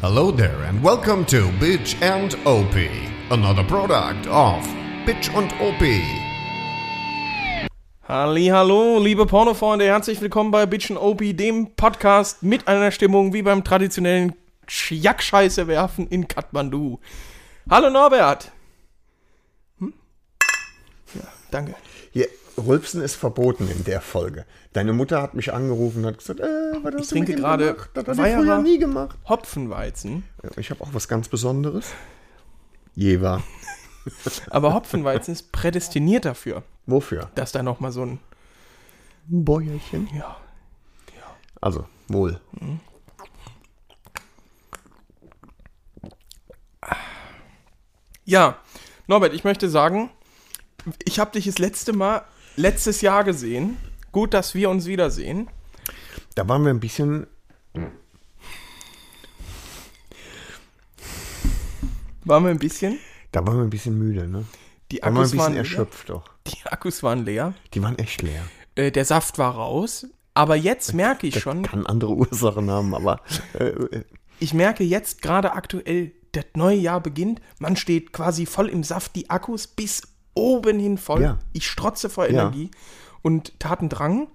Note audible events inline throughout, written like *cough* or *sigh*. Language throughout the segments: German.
Hello there and welcome to Bitch and OP, another product of Bitch und OP. Hallo, liebe Pornofreunde, herzlich willkommen bei Bitchen OP, dem Podcast mit einer Stimmung wie beim traditionellen Jackscheiße werfen in Kathmandu. Hallo Norbert. Hm? Ja, danke. Hier, Rülpsen ist verboten in der Folge. Deine Mutter hat mich angerufen und hat gesagt, äh, was hast Ich trinke mit ihm gerade gemacht? Das hat ich Weiherer früher nie gemacht. Hopfenweizen, Ja, Ich habe auch was ganz Besonderes. Jever. aber Hopfenweizen ist prädestiniert dafür, Wofür? dass da noch mal so ein Ein Bäuerchen. ja, Also, wohl. Ja, Norbert, ich möchte sagen, ich habe dich das letzte Mal letztes Jahr gesehen. Gut, dass wir uns wiedersehen. Da waren wir ein bisschen. Waren wir ein bisschen Da waren wir ein bisschen müde, ne? Die Da waren wir ein Akkus bisschen waren erschöpft doch. leer. Die Akkus waren leer. Die waren echt leer. Äh, der Saft war raus. Aber jetzt merke ich schon, Kann andere *laughs* Ursachen haben, aber äh, äh, ich merke jetzt gerade aktuell, das neue Jahr beginnt. Man steht quasi voll im Saft, die Akkus bis oben hin voll. Ja. Ich strotze vor Ja. Energie und Tatendrang.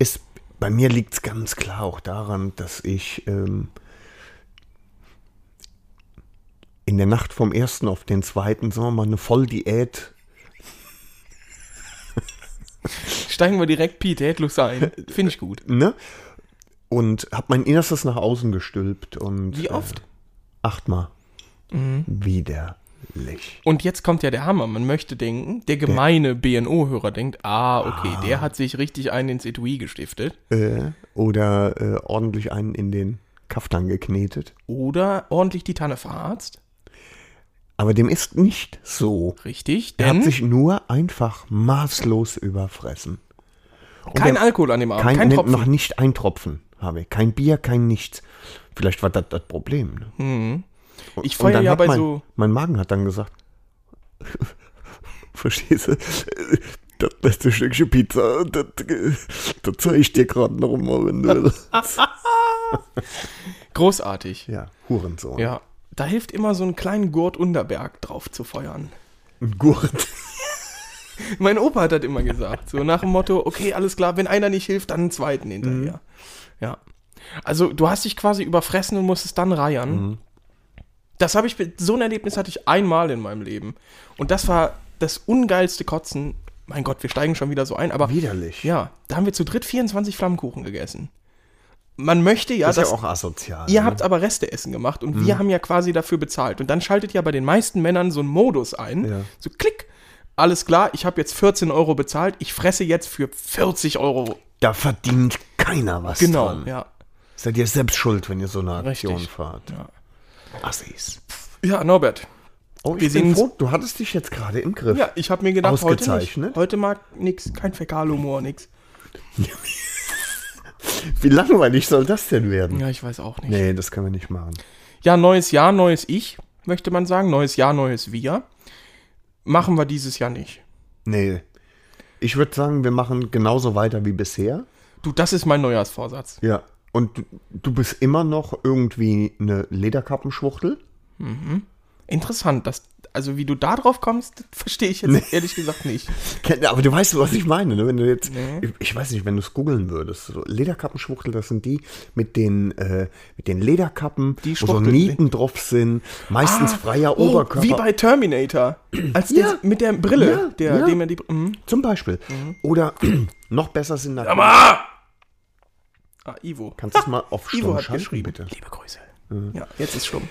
ist, bei mir liegt es ganz klar auch daran, dass ich ähm, in der Nacht vom ersten auf den zweiten, sagen wir mal, eine Volldiät Steigen wir direkt pietätlos ein. Finde ich gut. ne? Und habe mein Innerstes nach außen gestülpt und. Wie oft? Mhm. Äh, achtmal. Widerlich. Und jetzt kommt ja der Hammer. Man möchte denken, der gemeine BNO-Hörer denkt, ah, okay, der hat sich richtig einen ins Etui gestiftet. Äh, oder äh, ordentlich einen in den Kaftan geknetet. Oder ordentlich die Tanne verharzt. Aber dem ist nicht so. Richtig, Er hat denn sich nur einfach maßlos überfressen. Und kein er- Alkohol an dem Abend, kein, kein, Tropfen. Noch nicht ein Tropfen habe ich. Kein Bier, kein nichts. Vielleicht war das das Problem. Ne? Hm, Ich Und feuer dann ja hat bei mein, so. Mein Magen hat dann gesagt, *laughs* verstehst du, das letzte Stückchen Pizza, das, das zeige ich dir gerade noch mal, wenn du willst. Großartig. *laughs* Ja, Hurensohn. Ja. Da hilft immer so einen kleinen Gurt Unterberg drauf zu feuern. Ein Gurt. *laughs* Mein Opa hat das immer gesagt. So nach dem Motto, okay, alles klar, wenn einer nicht hilft, dann einen zweiten Mhm. hinterher. Ja. Also du hast dich quasi überfressen und musstest dann reiern. Mhm. Das habe ich, so ein Erlebnis hatte ich einmal in meinem Leben. Und das war das ungeilste Kotzen. Mein Gott, wir steigen schon wieder so ein, aber Widerlich. ja, da haben wir zu dritt 24 Flammkuchen gegessen. Man möchte ja, Das ist dass ja auch asozial. Ihr ne? habt aber Resteessen gemacht und wir haben ja quasi dafür bezahlt. Und dann schaltet ja bei den meisten Männern so ein Modus ein. Ja. So klick, alles klar, ich habe jetzt 14 Euro bezahlt, ich fresse jetzt für 40 Euro. da verdient keiner was Genau, dran. ja. Seid ihr selbst schuld, wenn ihr so eine Aktion Richtig. fahrt. Ja. Assis. Ja, Norbert. Oh, ich Wir sehen bin uns- froh, du hattest dich jetzt gerade im Griff. Ja, ich habe mir gedacht, heute, nicht, Ausgezeichnet. heute mag nix, kein Fäkalhumor, nix. Wie langweilig soll das denn werden? Ja, ich weiß auch nicht. Nee, das können wir nicht machen. Ja, neues Jahr, neues Ich, möchte man sagen. Neues Jahr, neues Wir. Machen wir dieses Jahr nicht. Nee. Ich würde sagen, wir machen genauso weiter wie bisher. Du, das ist mein Neujahrsvorsatz. Ja. Und du, du bist immer noch irgendwie eine Lederkappenschwuchtel. Interessant, dass, also wie du da drauf kommst, *laughs* das verstehe ich jetzt ehrlich gesagt nicht. Kenn- Aber du weißt, was ich meine, ne? Wenn du jetzt, ich, ich weiß nicht, wenn du es googeln würdest. So Lederkappenschwuchtel, das sind die mit den, äh, mit den Lederkappen, Die wo so Schwuchteln. Nieten drauf sind, meistens freier Oberkörper. Ah. Oh, Wie bei *clears throat* Terminator. Als Ja. der, mit der Brille, Ja, der, ja. dem er die. Mhm. Zum Beispiel. Oder *clears throat* noch besser sind natürlich. Ah, Ivo. Kannst du es mal auf Ivo Stumm hat schalten, geschrieben. bitte? Liebe Grüße. Ja, jetzt ist stumm.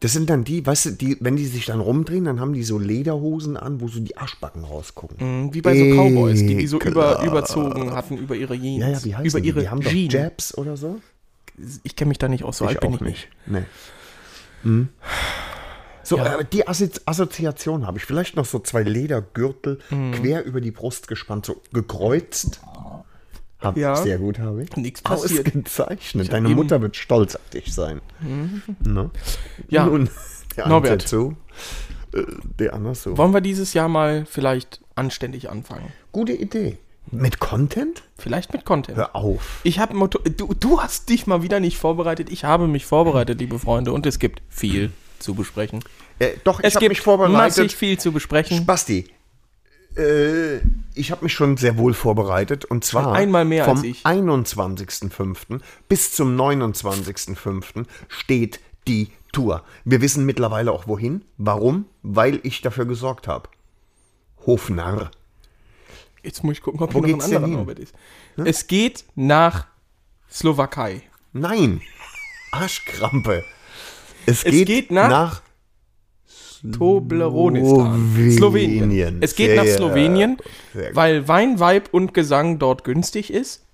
Das sind dann die, weißt du, die, wenn die sich dann rumdrehen, dann haben die so Lederhosen an, wo so die Arschbacken rausgucken. Mhm, Wie bei so Cowboys, die die so über, Ekelhaft. überzogen hatten über ihre Jeans. Ja, ja, wie heißen über die? ihre die haben doch Jeans. Jabs oder so? Ich kenne mich da nicht aus, so alt bin ich nicht. Nee. Hm. So, äh, die Assozi Assoziation habe ich. Vielleicht noch so zwei Ledergürtel Mhm. quer über die Brust gespannt, so gekreuzt. Hab, Ja. Sehr gut, habe ich. Nix passiert. Ausgezeichnet. Deine eben- Mhm. Mutter wird stolz auf dich sein. Ne? Ja. Nun, der Norbert. Norbert. so, äh, der anders so. Wollen wir dieses Jahr mal vielleicht anständig anfangen? Gute Idee. Mit Content? Vielleicht mit Content. Hör auf. Ich habe Motor. Du, du hast dich mal wieder nicht vorbereitet. Ich habe mich vorbereitet, liebe Freunde, und es gibt viel zu besprechen. Äh, doch, Es ich habe gibt mich vorbereitet. massig viel zu besprechen. Basti, äh, ich habe mich schon sehr wohl vorbereitet und zwar einmal mehr vom als ich. 21.05. bis zum 29.05. steht die Tour. Wir wissen mittlerweile auch wohin. Warum? Weil ich dafür gesorgt habe. Hofnarr. Jetzt muss ich gucken, ob Wo hier noch ein geht's denn anderer hin? Ne? Norbert ist. Es geht nach Slowakei. Nein. Arschkrampe. Es, Es geht, geht nach- Tobleronistan. Slowenien. Slowenien. Es geht Sehr nach Slowenien, Sehr gut. weil Wein, Weib und Gesang dort günstig ist.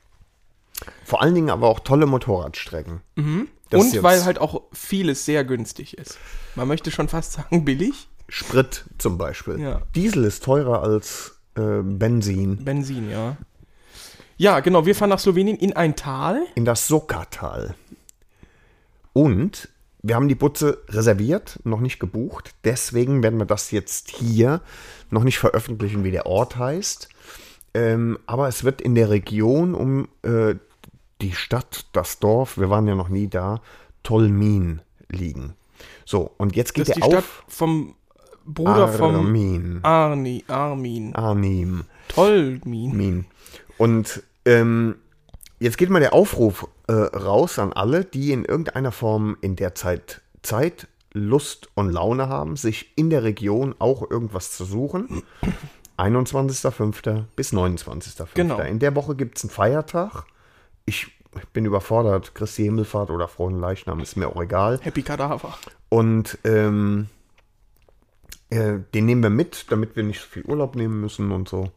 vor allen Dingen aber auch tolle Motorradstrecken. Das ist und jetzt weil halt auch vieles sehr günstig ist. Man möchte schon fast sagen billig. Sprit zum Beispiel. Ja. Diesel ist teurer als äh, Benzin. Benzin, ja. Ja, genau. Wir fahren nach Slowenien in ein Tal. In das Sokkatal. Und wir haben die Butze reserviert, noch nicht gebucht. Deswegen werden wir das jetzt hier noch nicht veröffentlichen, wie der Ort heißt. Ähm, aber es wird in der Region um äh, die Stadt, das Dorf, wir waren ja noch nie da, Tolmin liegen. So, und jetzt geht Das ist die der Stadt auf vom Bruder vom Armin. Arni, Armin. Arnim. Tolmin. Min. Und ähm, jetzt geht mal der Aufruf äh, raus an alle, die in irgendeiner Form in der Zeit Zeit, Lust und Laune haben, sich in der Region auch irgendwas zu suchen. 21.05. bis 29.05. Genau. In der Woche gibt es einen Feiertag. Ich bin überfordert. Christi Himmelfahrt oder Frohen Leichnam ist mir auch egal. Happy Kadaver. Und ähm, äh, den nehmen wir mit, damit wir nicht so viel Urlaub nehmen müssen und so.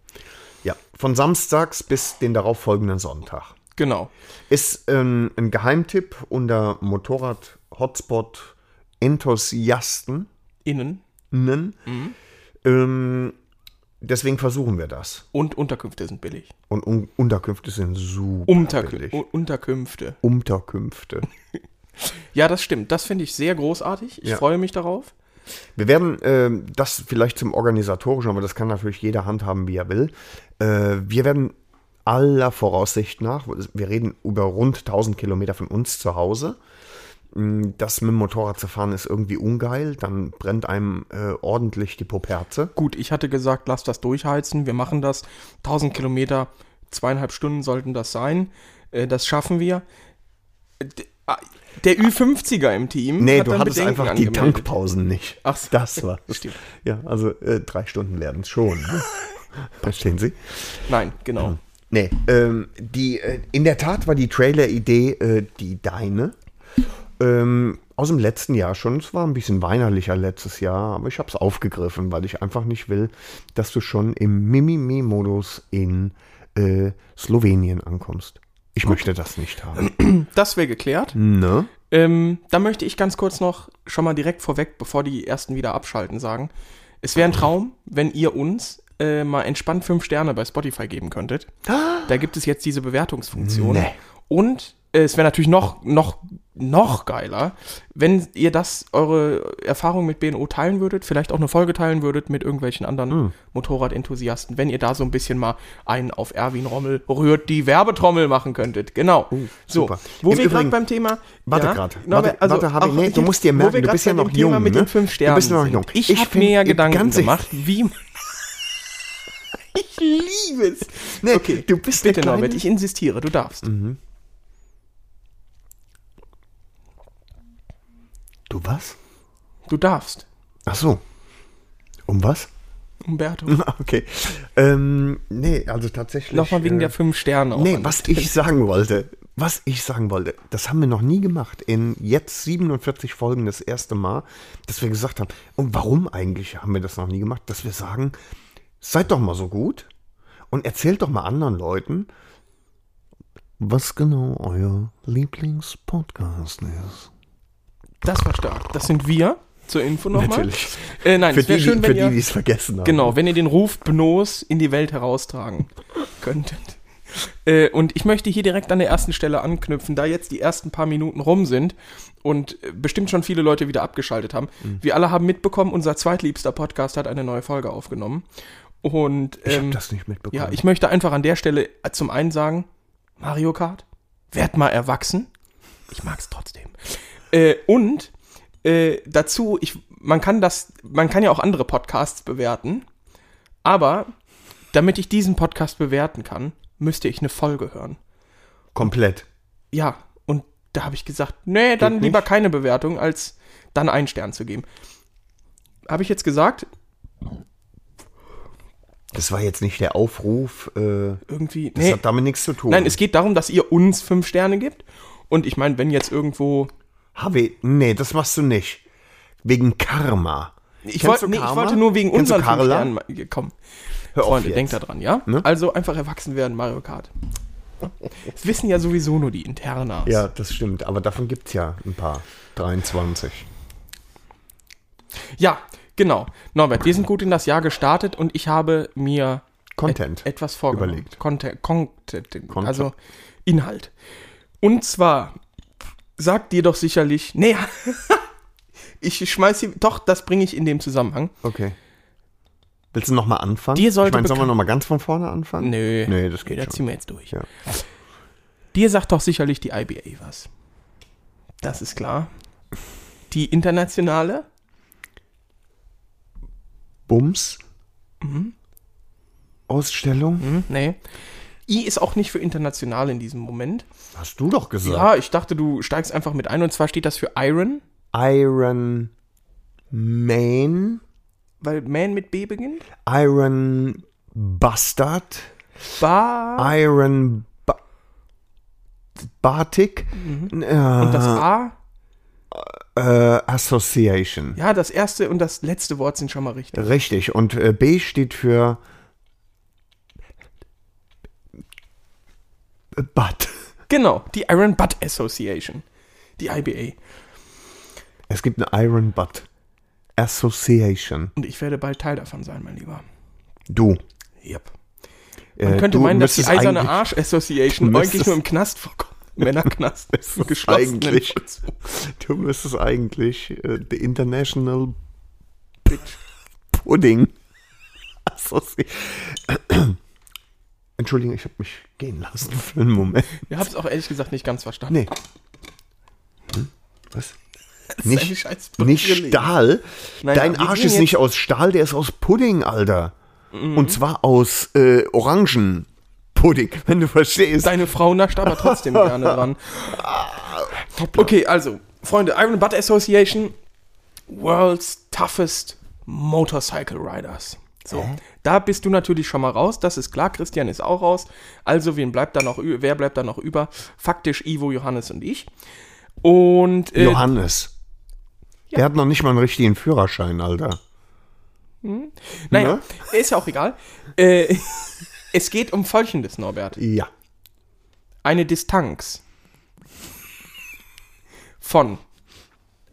Ja, von samstags bis den darauffolgenden Sonntag. Genau. Ist ähm, ein Geheimtipp unter Motorrad-Hotspot-Enthusiasten. Innen Ähm, deswegen versuchen wir das. und Unterkünfte sind billig. Und Un Unterkünfte sind super. Unterkün billig. U- Unterkünfte. Unterkünfte. Ja, das stimmt. Das finde ich sehr großartig. Ich Ja. freue mich darauf. Wir werden ähm, das vielleicht zum Organisatorischen, aber das kann natürlich jeder handhaben, wie er will. Äh, wir werden aller Voraussicht nach, wir reden über rund 1000 Kilometer von uns zu Hause. Mm, Das mit dem Motorrad zu fahren ist irgendwie ungeil, dann brennt einem äh, ordentlich die Poperze. Gut, ich hatte gesagt, lass das durchheizen. Wir machen das. 1000 Kilometer, zweieinhalb Stunden sollten das sein. Äh, Das schaffen wir. D- ah, Der Ü50er im Team. Nee, hat du dann hattest Bedenken einfach die angemeldet. Tankpausen nicht. Ach so. das *laughs* war. Stimmt. Ja, also äh, drei Stunden werden es schon. *laughs* ne? Verstehen Sie? Nein, genau. Nee, ähm, die, äh, in der Tat war die Trailer-Idee äh, die deine. Ähm, aus dem letzten Jahr schon. Es war ein bisschen weinerlicher letztes Jahr, aber ich habe es aufgegriffen, weil ich einfach nicht will, dass du schon im Mimimi-Modus in äh, Slowenien ankommst. Ich möchte das *clears throat* nicht haben. Das wäre geklärt. ne? Ähm, da möchte ich ganz kurz noch schon mal direkt vorweg, bevor die ersten wieder abschalten, sagen. Es wäre ein Traum, wenn ihr uns äh, mal entspannt fünf Sterne bei Spotify geben könntet. Da gibt es jetzt diese Bewertungsfunktion. Ah. Nee. Und äh, es wäre natürlich noch, noch, noch geiler, wenn ihr das, eure Erfahrung mit BNO teilen würdet, vielleicht auch eine Folge teilen würdet mit irgendwelchen anderen Hm. Motorradenthusiasten, wenn ihr da so ein bisschen mal einen auf Erwin Rommel rührt, die Werbetrommel machen könntet. Genau. so, Uh, super. wo Im wir gerade Übrigen- beim Thema. Warte ja, gerade. Norbert, Warte, warte, hab ich- auch nee, du jetzt, musst dir wo merken, wir du bist grad ja bei noch dem Thema jung, Mit ne? den fünf Du Sternen bist noch jung. sind. Ich, Ich habe find- mir ja ganz Gedanken ehrlich- gemacht, wie. ich liebe es. Nee, okay, du bist *laughs* der bitte, kleine- Mhm. Norbert, ich insistiere, du darfst. Du was? Du darfst. Ach so. Um was? *laughs* Umberto. Mhm. okay. Ähm, nee, also tatsächlich. Nochmal wegen äh, der fünf Sterne. auch Nee, an. was ich sagen wollte, was ich sagen wollte, das haben wir noch nie gemacht. In jetzt 47 Folgen das erste Mal, dass wir gesagt haben, und warum eigentlich haben wir das noch nie gemacht, dass wir sagen, seid doch mal so gut und erzählt doch mal anderen Leuten, was genau euer Lieblingspodcast ist. Das war stark. Das sind wir. Zur Info nochmal. Natürlich. Äh, nein, Für es wäre die, schön, die- für wenn die, ihr, die es vergessen haben. genau, wenn ihr den Ruf Bnos in die Welt heraustragen *laughs* könntet. Äh, und ich möchte hier direkt an der ersten Stelle anknüpfen, da jetzt die ersten paar Minuten rum sind und äh, bestimmt schon viele Mhm. Leute wieder abgeschaltet haben. Wir alle haben mitbekommen, unser zweitliebster Podcast hat eine neue Folge aufgenommen. Und Ich ähm, habe das nicht mitbekommen. ja, ich möchte einfach an der Stelle äh, zum einen sagen, Mario Kart, werd mal erwachsen. Ich mag's trotzdem. Äh, und äh, dazu, ich, man kann das, man kann ja auch andere Podcasts bewerten, aber damit ich diesen Podcast bewerten kann, müsste ich eine Folge hören. Komplett. Ja, und da habe ich gesagt, nee, dann Geht lieber nicht. keine Bewertung, als dann einen Stern zu geben. Habe ich jetzt gesagt, Das war jetzt nicht der Aufruf. Äh, irgendwie. das hat damit nichts zu tun. Nein, es geht darum, dass ihr uns fünf Sterne gibt. Und ich meine, wenn jetzt irgendwo. Habe, nee, das machst du nicht. Wegen Karma. Ich, Kennst wollte, du nee, ich Karma? wollte nur wegen Kennst unseren du Karla? Sternen. Komm, Hör auf Freunde, jetzt. denkt da dran, ja? Ne? Also einfach erwachsen werden, Mario Kart. Das wissen ja sowieso nur die Internas. Ja, das stimmt. Aber davon gibt's ja ein paar. 23. ja, genau. Norbert, wir sind gut in das Jahr gestartet und ich habe mir Content. Et etwas vorgenommen. Überlegt. Content, Content, Content. Also Inhalt. Und zwar sagt dir doch sicherlich, nee, *laughs* ich schmeiß hier, doch, das bringe ich in dem Zusammenhang. Okay. Willst du nochmal anfangen? Dir sollte ich meine, sollen wir bekannt- nochmal ganz von vorne anfangen? Nö. Nee, das geht Da schon. ziehen wir jetzt durch. Ja. Dir sagt doch sicherlich die IBA was. Das ist klar. Die internationale? Bums. Mhm. Ausstellung. Hm, nee. I ist auch nicht für international in diesem Moment. Hast du doch gesagt. Ja, ich dachte, du steigst einfach mit ein und zwar steht das für Iron, Iron Man. weil Man mit B beginnt. Iron Bastard. Ba Iron ba Batik. Mhm. und das Ah. A. Äh, Association. Ja, das erste und das letzte Wort sind schon mal richtig. Richtig. Und äh, B steht für Butt. Genau, die Iron Butt Association. Die IBA. Es gibt eine Iron Butt Association. Und ich werde bald Teil davon sein, mein Lieber. Du. Yep. Äh, Man könnte du meinen, dass die müsstest Eiserne eigentlich- Arsch *laughs* Du Association müsstest- eigentlich nur im Knast vorkommt. *laughs* *laughs* Männerknast. müsstest geschlossenen eigentlich- Vollzug. Du müsstest eigentlich äh, The International Pudding Association. *clears throat* Entschuldigung, ich habe mich gehen lassen für einen Moment. Ich hab's auch ehrlich gesagt nicht ganz verstanden. Nee. Hm? *laughs* Was? Das ist eine Nicht, scheiß nicht Brille. Stahl. Nein, Dein aber wir Arsch reden ist nicht aus Stahl, der ist aus Pudding, Alter. Mhm. Und zwar aus äh, Orangenpudding, *laughs* wenn du verstehst. Deine Frau nascht aber trotzdem gerne *laughs* dran. Okay, also, Freunde, Iron Butt Association, World's Toughest Motorcycle Riders. So, da bist du natürlich schon mal raus, das ist klar, Christian ist auch raus. Also, wen bleibt da noch, ü- wer bleibt da noch über? Faktisch Ivo, Johannes und ich. Und äh, Johannes. Der hat noch nicht mal einen richtigen Führerschein, Alter. naja, ne? ist ja auch egal. Äh, *laughs* es geht um Folgendes, Norbert. Ja. eine Distanz von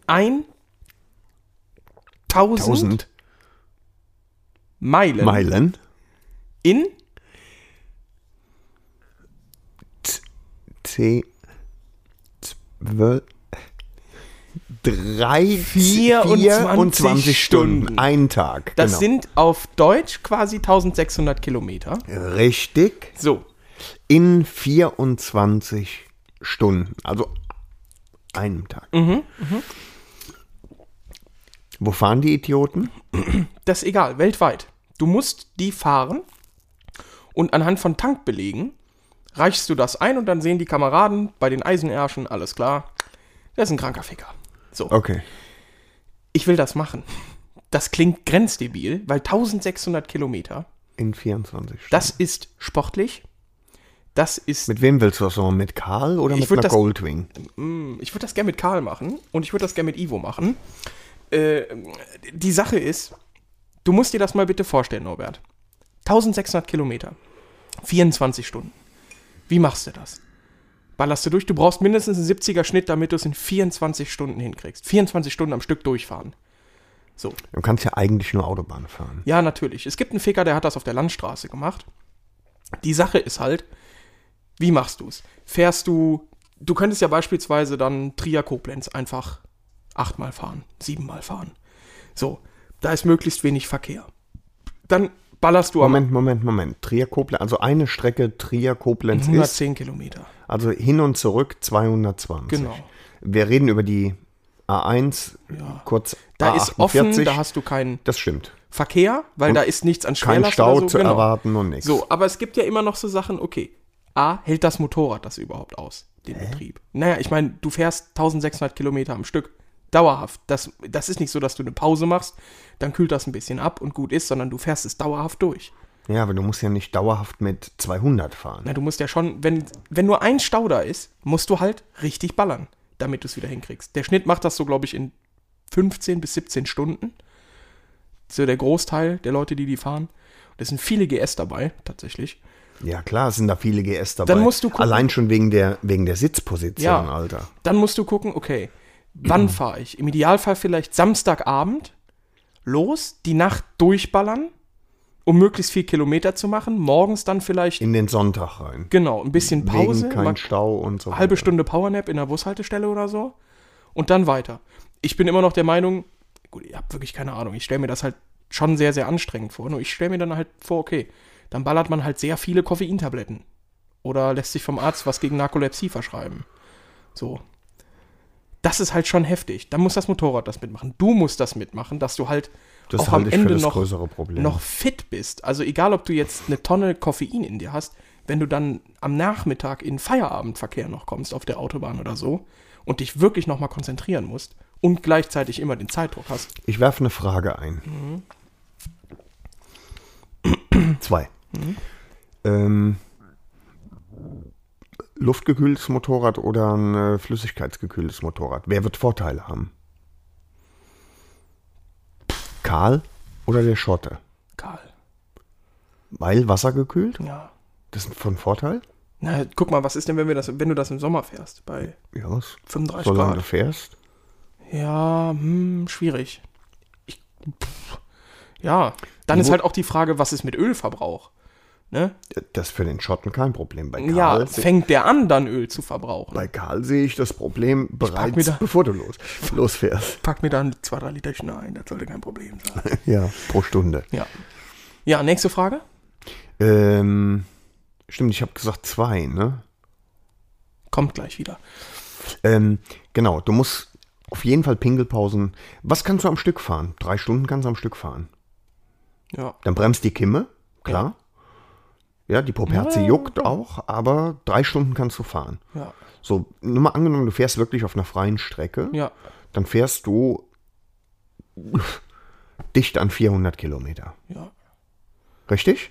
1000 1000 Meilen Meilen. in C. 12. 3, 24 24 Stunden. Stunden. Ein Tag. genau. das sind auf Deutsch quasi 1600 Kilometer. Richtig. So, In 24 Stunden. Also einem Tag. Mhm, Wo fahren die Idioten? das ist egal, weltweit. Du musst die fahren und anhand von Tankbelegen reichst du das ein und dann sehen die Kameraden bei den Eisenärschen, alles klar, das ist ein kranker Ficker. So. Okay. ich will das machen. Das klingt grenzdebil, weil 1600 Kilometer, In 24 Stunden. das ist sportlich. Das ist, mit wem willst du das machen? Mit Karl oder Ich mit würd einer das- Goldwing? ich würde das gerne mit Karl machen und ich würde das gerne mit Ivo machen. Äh, die Sache ist, du musst dir das mal bitte vorstellen, Norbert. 1600 Kilometer, 24 Stunden. Wie machst du das? Ballerst du durch, du brauchst mindestens einen 70er Schnitt, damit du es in 24 Stunden hinkriegst. 24 Stunden am Stück durchfahren. So. Du kannst ja eigentlich nur Autobahn fahren. Ja, natürlich. Es gibt einen Ficker, der hat das auf der Landstraße gemacht. Die Sache ist halt, wie machst du es? Fährst du, du könntest ja beispielsweise dann Trier-Koblenz einfach achtmal fahren, siebenmal fahren. So, da ist möglichst wenig Verkehr. Dann ballerst du am Moment, Moment, Moment. Trier-Koblenz, also eine Strecke Trier-Koblenz ist, 110 Kilometer. also hin und zurück 220. Genau. Wir reden über die A1, kurz Da A48. ist offen, da hast du keinen das stimmt. Verkehr, weil da ist nichts an Kein Schwerlast Stau oder so. zu Genau. erwarten und nichts. So, aber es gibt ja immer noch so Sachen, okay, A, hält das Motorrad das überhaupt aus, den Betrieb? Naja, ich meine, du fährst 1600 Kilometer am Stück, dauerhaft. Das, das ist nicht so, dass du eine Pause machst, dann kühlt das ein bisschen ab und gut ist, sondern du fährst es dauerhaft durch. Ja, aber du musst ja nicht dauerhaft mit 200 fahren. Na, du musst ja schon, wenn, wenn nur ein Stau da ist, musst du halt richtig ballern, damit du es wieder hinkriegst. Der Schnitt macht das so, glaube ich, in 15 bis 17 Stunden. So der Großteil der Leute, die die fahren. Und es sind viele GS dabei, tatsächlich. Ja, klar, es sind da viele GS dabei. Dann musst du gucken. Allein schon wegen der, wegen der Sitzposition, Ja. Alter. Dann musst du gucken, okay, wann fahre ich? Im Idealfall vielleicht Samstagabend los, die Nacht durchballern, um möglichst viel Kilometer zu machen. Morgens dann vielleicht, In den Sonntag rein. genau, ein bisschen Pause, wegen kein mal Stau und so halbe weiter. Stunde Powernap in der Bushaltestelle oder so und dann weiter. Ich bin immer noch der Meinung, gut, ich habe wirklich keine Ahnung, ich stelle mir das halt schon sehr, sehr anstrengend vor. Nur ich stelle mir dann halt vor, okay, dann ballert man halt sehr viele Koffeintabletten oder lässt sich vom Arzt was gegen Narkolepsie verschreiben. So. Das ist halt schon heftig. Dann muss das Motorrad das mitmachen. Du musst das mitmachen, dass du halt Das auch am halte ich für Ende das noch, größere Problem. noch fit bist. Also egal, ob du jetzt eine Tonne Koffein in dir hast, wenn du dann am Nachmittag in Feierabendverkehr noch kommst auf der Autobahn oder so und dich wirklich nochmal konzentrieren musst und gleichzeitig immer den Zeitdruck hast. Ich werfe eine Frage ein. Mhm. Zwei. Ähm, luftgekühltes Motorrad oder ein äh, flüssigkeitsgekühltes Motorrad? Wer wird Vorteile haben? Karl oder der Schotte? Karl. Weil wassergekühlt? Ja. Das ist von Vorteil? Na, guck mal, was ist denn, wenn, wir das, wenn du das im Sommer fährst? Bei Ja, was? 35 Solange du Grad. fährst. Ja, hm, schwierig. Ich, pff, ja. Dann ist Wo- halt auch die Frage, was ist mit Ölverbrauch? Ne? Das ist für den Schotten kein Problem. Bei Karl, Ja, fängt der an, dann Öl zu verbrauchen? bei Karl sehe ich das Problem mir bereits, da- bevor du los, losfährst. pack mir dann zwei, drei Literchen ein, das sollte kein Problem sein. *laughs* Ja, pro Stunde. Ja. Ja, nächste Frage. Ähm, stimmt, ich habe gesagt zwei, ne? Kommt gleich wieder. Ähm, genau, du musst auf jeden Fall Pingelpausen. Was kannst du am Stück fahren? Drei Stunden kannst du am Stück fahren. Ja. Dann bremst die Kimme, klar. Ja, die Poperze juckt auch, aber drei Stunden kannst du fahren. Ja. So, nur mal angenommen, du fährst wirklich auf einer freien Strecke, Ja. dann fährst du dicht an 400 Kilometer. Ja. Richtig?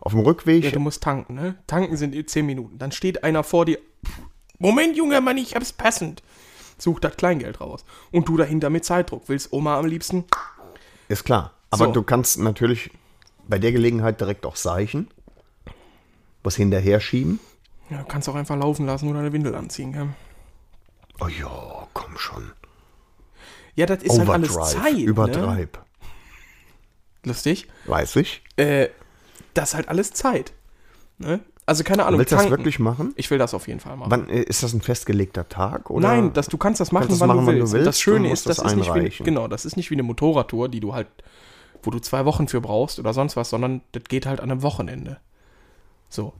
Auf dem Rückweg ja du musst tanken, ne? Tanken sind eh 10 Minuten. Dann steht einer vor dir. Pff, Moment, junger Mann, ich hab's passend. Sucht das Kleingeld raus. Und du dahinter mit Zeitdruck. Willst Oma am liebsten? Ist klar. Aber So. du kannst natürlich bei der Gelegenheit direkt auch seichen, was hinterher schieben. Ja, kannst auch einfach laufen lassen oder eine Windel anziehen, gell? Oh ja, komm schon. Ja, das ist halt alles Zeit. Ne? übertreib. Lustig. Weiß ich. Äh, das ist halt alles Zeit. Ne? Also keine Ahnung. Willst du das wirklich machen? Ich will das auf jeden Fall machen. Wann äh, ist das ein festgelegter Tag? Oder? Nein, das, du kannst das machen, das wann, machen, du wann du willst. Und das willst, du Schöne musst ist, das, das ist nicht wie, einreichen. genau, das ist nicht wie eine Motorradtour, die du halt, wo du zwei Wochen für brauchst oder sonst was, sondern das geht halt an einem Wochenende. So.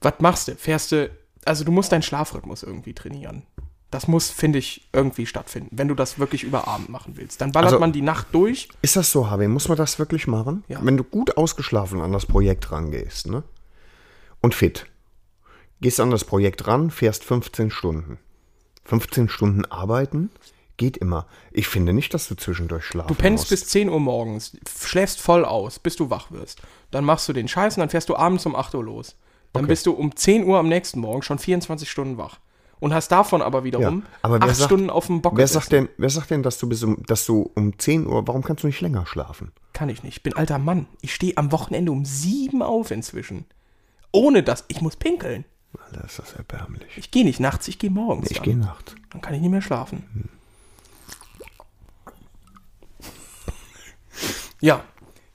Was machst du? Fährst du, also du musst deinen Schlafrhythmus irgendwie trainieren. Das muss, finde ich, irgendwie stattfinden, wenn du das wirklich über Abend machen willst. Dann ballert Also- man die Nacht durch. Ist das so, HW? Muss man das wirklich machen? Ja. Wenn du gut ausgeschlafen an das Projekt rangehst, ne? Und fit. Gehst an das Projekt ran, fährst 15 Stunden. 15 Stunden arbeiten geht immer. Ich finde nicht, dass du zwischendurch schlafen Du pennst musst. bis 10 Uhr morgens, f- schläfst voll aus, bis du wach wirst. Dann machst du den Scheiß und dann fährst du abends um 8 Uhr los. Dann bist du um 10 Uhr am nächsten Morgen schon 24 Stunden wach. Und hast davon aber wiederum Ja, aber wer 8 sagt- Stunden auf dem Bock. Wer sagt, denn, wer sagt denn, dass du bis um, dass du um 10 Uhr, warum kannst du nicht länger schlafen? Kann ich nicht. Ich bin alter Mann. Ich stehe am Wochenende um 7 auf inzwischen. Ohne das. Ich muss pinkeln. Alter, ist das erbärmlich. Ich gehe nicht nachts, ich gehe morgens. Ich dann. gehe nachts. Dann kann ich nicht mehr schlafen. Ja,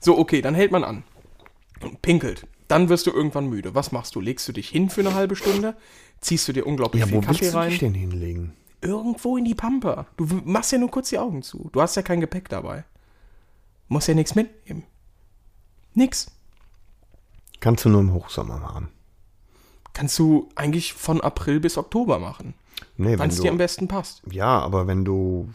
so okay, dann hält man an. Und pinkelt. Dann wirst du irgendwann müde. Was machst du? Legst du dich hin für eine halbe Stunde? Ziehst du dir unglaublich Ja, viel wo Kaffee willst du dich rein? denn hinlegen? Irgendwo in die Pampa. Du w- machst ja nur kurz die Augen zu. Du hast ja kein Gepäck dabei. Musst ja nichts mitnehmen. Nix. Kannst du nur im Hochsommer machen. Kannst du eigentlich von April bis Oktober machen, Nee, wann wenn es dir am du, besten passt. ja, aber wenn du,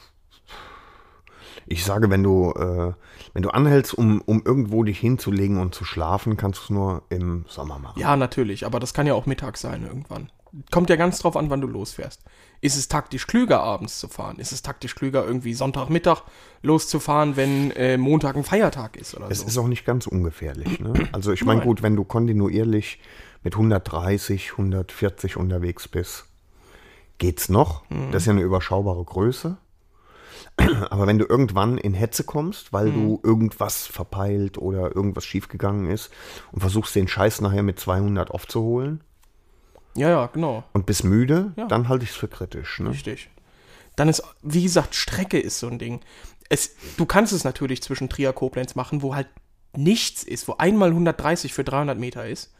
ich sage, wenn du, äh, wenn du anhältst, um, um irgendwo dich hinzulegen und zu schlafen, kannst du es nur im Sommer machen. Ja, natürlich, aber das kann ja auch mittags sein irgendwann. Kommt ja ganz drauf an, wann du losfährst. Ist es taktisch klüger, abends zu fahren? Ist es taktisch klüger, irgendwie Sonntagmittag loszufahren, wenn äh, Montag ein Feiertag ist oder Es so? ist auch nicht ganz *clears throat* ungefährlich. Ne? Also ich meine, gut, wenn du kontinuierlich mit 130, 140 unterwegs bist, geht's noch. Hm. Das ist ja eine überschaubare Größe. *clears throat* Aber wenn du irgendwann in Hetze kommst, weil Hm. du irgendwas verpeilt oder irgendwas schiefgegangen ist und versuchst den Scheiß nachher mit 200 aufzuholen Ja, ja, genau. und bist müde, Ja. dann halte ich es für kritisch. Ne? Richtig. Dann ist, wie gesagt, Strecke ist so ein Ding. Es, du kannst es natürlich zwischen Trier Koblenz machen, wo halt nichts ist, wo einmal 130 für 300 Meter ist.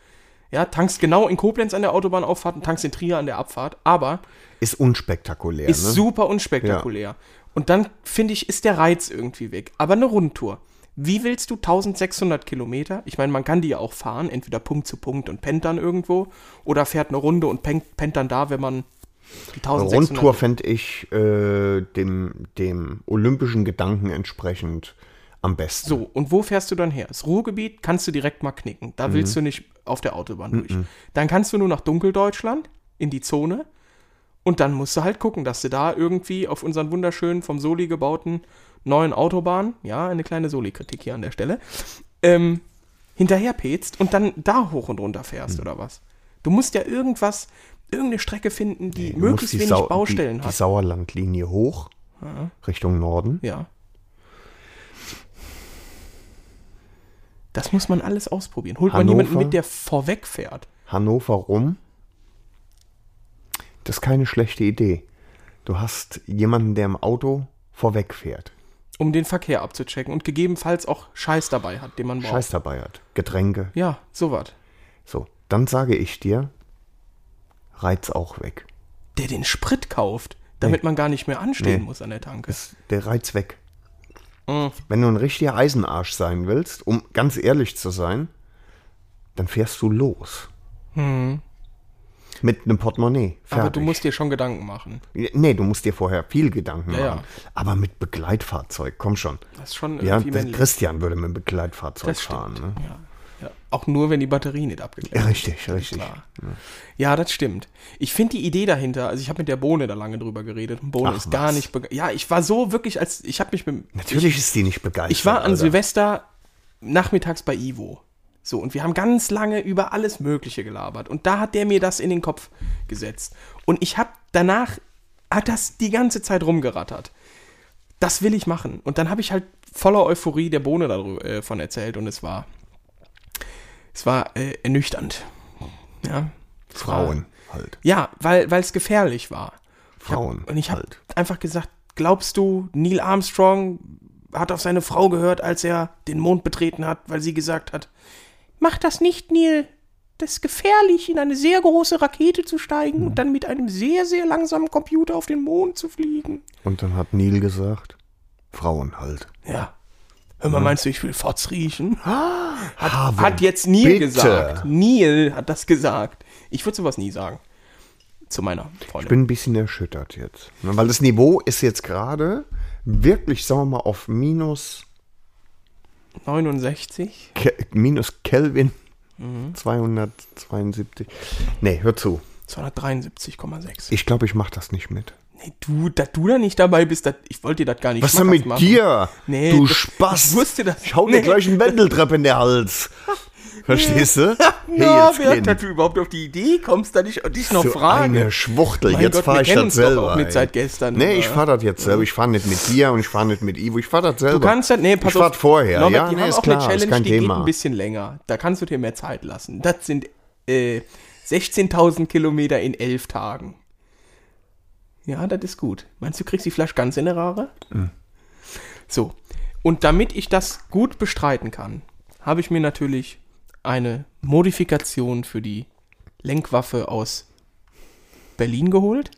Ja, tankst genau in Koblenz an der Autobahnauffahrt und tankst in Trier an der Abfahrt, aber Ist unspektakulär. ist ne? super unspektakulär. Und dann, finde ich, ist der Reiz irgendwie weg. Aber eine Rundtour. Wie willst du 1600 Kilometer? Ich meine, man kann die ja auch fahren, entweder Punkt zu Punkt und pennt dann irgendwo oder fährt eine Runde und pennt, pennt dann da, wenn man die 1600 Rundtour fände ich äh, dem, dem olympischen Gedanken entsprechend am besten. So, und wo fährst du dann her? Das Ruhrgebiet kannst du direkt mal knicken. Da Mhm. willst du nicht auf der Autobahn durch. Dann kannst du nur nach Dunkeldeutschland in die Zone. Und dann musst du halt gucken, dass du da irgendwie auf unseren wunderschönen, vom Soli gebauten neuen Autobahn, ja, eine kleine Soli-Kritik hier an der Stelle, ähm, hinterherpetzt und dann da hoch und runter Mhm. fährst oder was. Du musst ja irgendwas, irgendeine Strecke finden, die Du musst möglichst wenig Sau- Baustellen die, Die hat. Sauerlandlinie hoch Richtung Norden. Ja. Das muss man alles ausprobieren. Holt man Hannover? jemanden mit, der vorwegfährt. Hannover rum. Das ist keine schlechte Idee. Du hast jemanden, der im Auto vorwegfährt. um den Verkehr abzuchecken und gegebenenfalls auch Scheiß dabei hat, den man braucht. Scheiß dabei hat. Getränke. Ja, sowas. So, dann sage ich dir, reiz auch weg. Der den Sprit kauft, damit man gar nicht mehr anstehen Nee. muss an der Tanke. ist der Reiz weg. Mhm. Wenn du ein richtiger Eisenarsch sein willst, um ganz ehrlich zu sein, dann fährst du los. Mit einem Portemonnaie. Fertig. Mhm. Aber du musst dir schon Gedanken machen. Nee, du musst dir vorher viel Gedanken Ja, ja. machen. Aber mit Begleitfahrzeug, komm schon. Das ist schon Ja, irgendwie das männlich. Christian würde mit einem Begleitfahrzeug Das fahren. stimmt. Ne? Ja. Ja. Auch nur, wenn die Batterie nicht abgeklemmt Ja, richtig, Das ist richtig. klar. Ja, das stimmt. Ich finde die Idee dahinter, also ich habe mit der Bohne da lange drüber geredet. Und Bohne Ach, ist gar was. nicht bege- Ja, ich war so wirklich, als ich habe mich mit. Natürlich ist die nicht begeistert. Ich war an Alter. Silvester nachmittags bei Ivo. So, und wir haben ganz lange über alles Mögliche gelabert. Und da hat der mir das in den Kopf gesetzt. Und ich habe danach, hat das die ganze Zeit rumgerattert. Das will ich machen. Und dann habe ich halt voller Euphorie der Bohne davon erzählt. Und es war, es war äh, ernüchternd. Ja. Frauen halt. Ja, weil weil es gefährlich war. Frauen. Und ich habe halt. einfach gesagt, glaubst du, Neil Armstrong hat auf seine Frau gehört, als er den Mond betreten hat, weil sie gesagt hat, mach das nicht, Neil. Das ist gefährlich, in eine sehr große Rakete zu steigen Hm. und dann mit einem sehr, sehr langsamen Computer auf den Mond zu fliegen. Und dann hat Neil gesagt, Frauen halt. Ja. Hör Hm. mal, meinst du, ich will Fotz riechen? Havel, Hat jetzt Neil bitte. gesagt. Neil hat das gesagt. Ich würde sowas nie sagen. Zu meiner Freundin. Ich bin ein bisschen erschüttert jetzt. ne, Weil das Niveau ist jetzt gerade wirklich, sagen wir mal, auf minus, 69. Ke minus Kelvin Mhm. 272. Nee, hör zu. 273,6. Ich glaube, ich mache das nicht mit. Nee, du, dass du da nicht dabei bist, das, ich wollte dir das gar nicht Was ist denn schmackhaft *laughs* mit dir? Nee, du das- Spaß. ich wusste das- Ich hau Nee. dir gleich einen Wendeltrepp in *laughs* der Hals. Verstehst du? Hey, Norbert, Kind, dass du überhaupt auf die Idee kommst, dass ich dich noch so eine frage. Schwuchtel. Mein jetzt Gott, fahre wir ich kennen das uns doch selber. auch nicht ey. seit gestern, Nee, ich oder? fahre das jetzt selber. Ich fahre nicht mit dir und ich fahre nicht mit Ivo. Ich fahre das selber. Du kannst das, nee, pass ich auf. fahre vorher. Norbert, ja, die nee, haben ist auch klar, eine ist Challenge, kein die Thema. geht ein bisschen länger. Da kannst du dir mehr Zeit lassen. Das sind äh, 16.000 Kilometer in elf Tagen. Ja, das ist gut. Meinst du, kriegst die Flasche ganz in der Rare? Hm. So. Und damit ich das gut bestreiten kann, habe ich mir natürlich eine Modifikation für die Lenkwaffe aus Berlin geholt.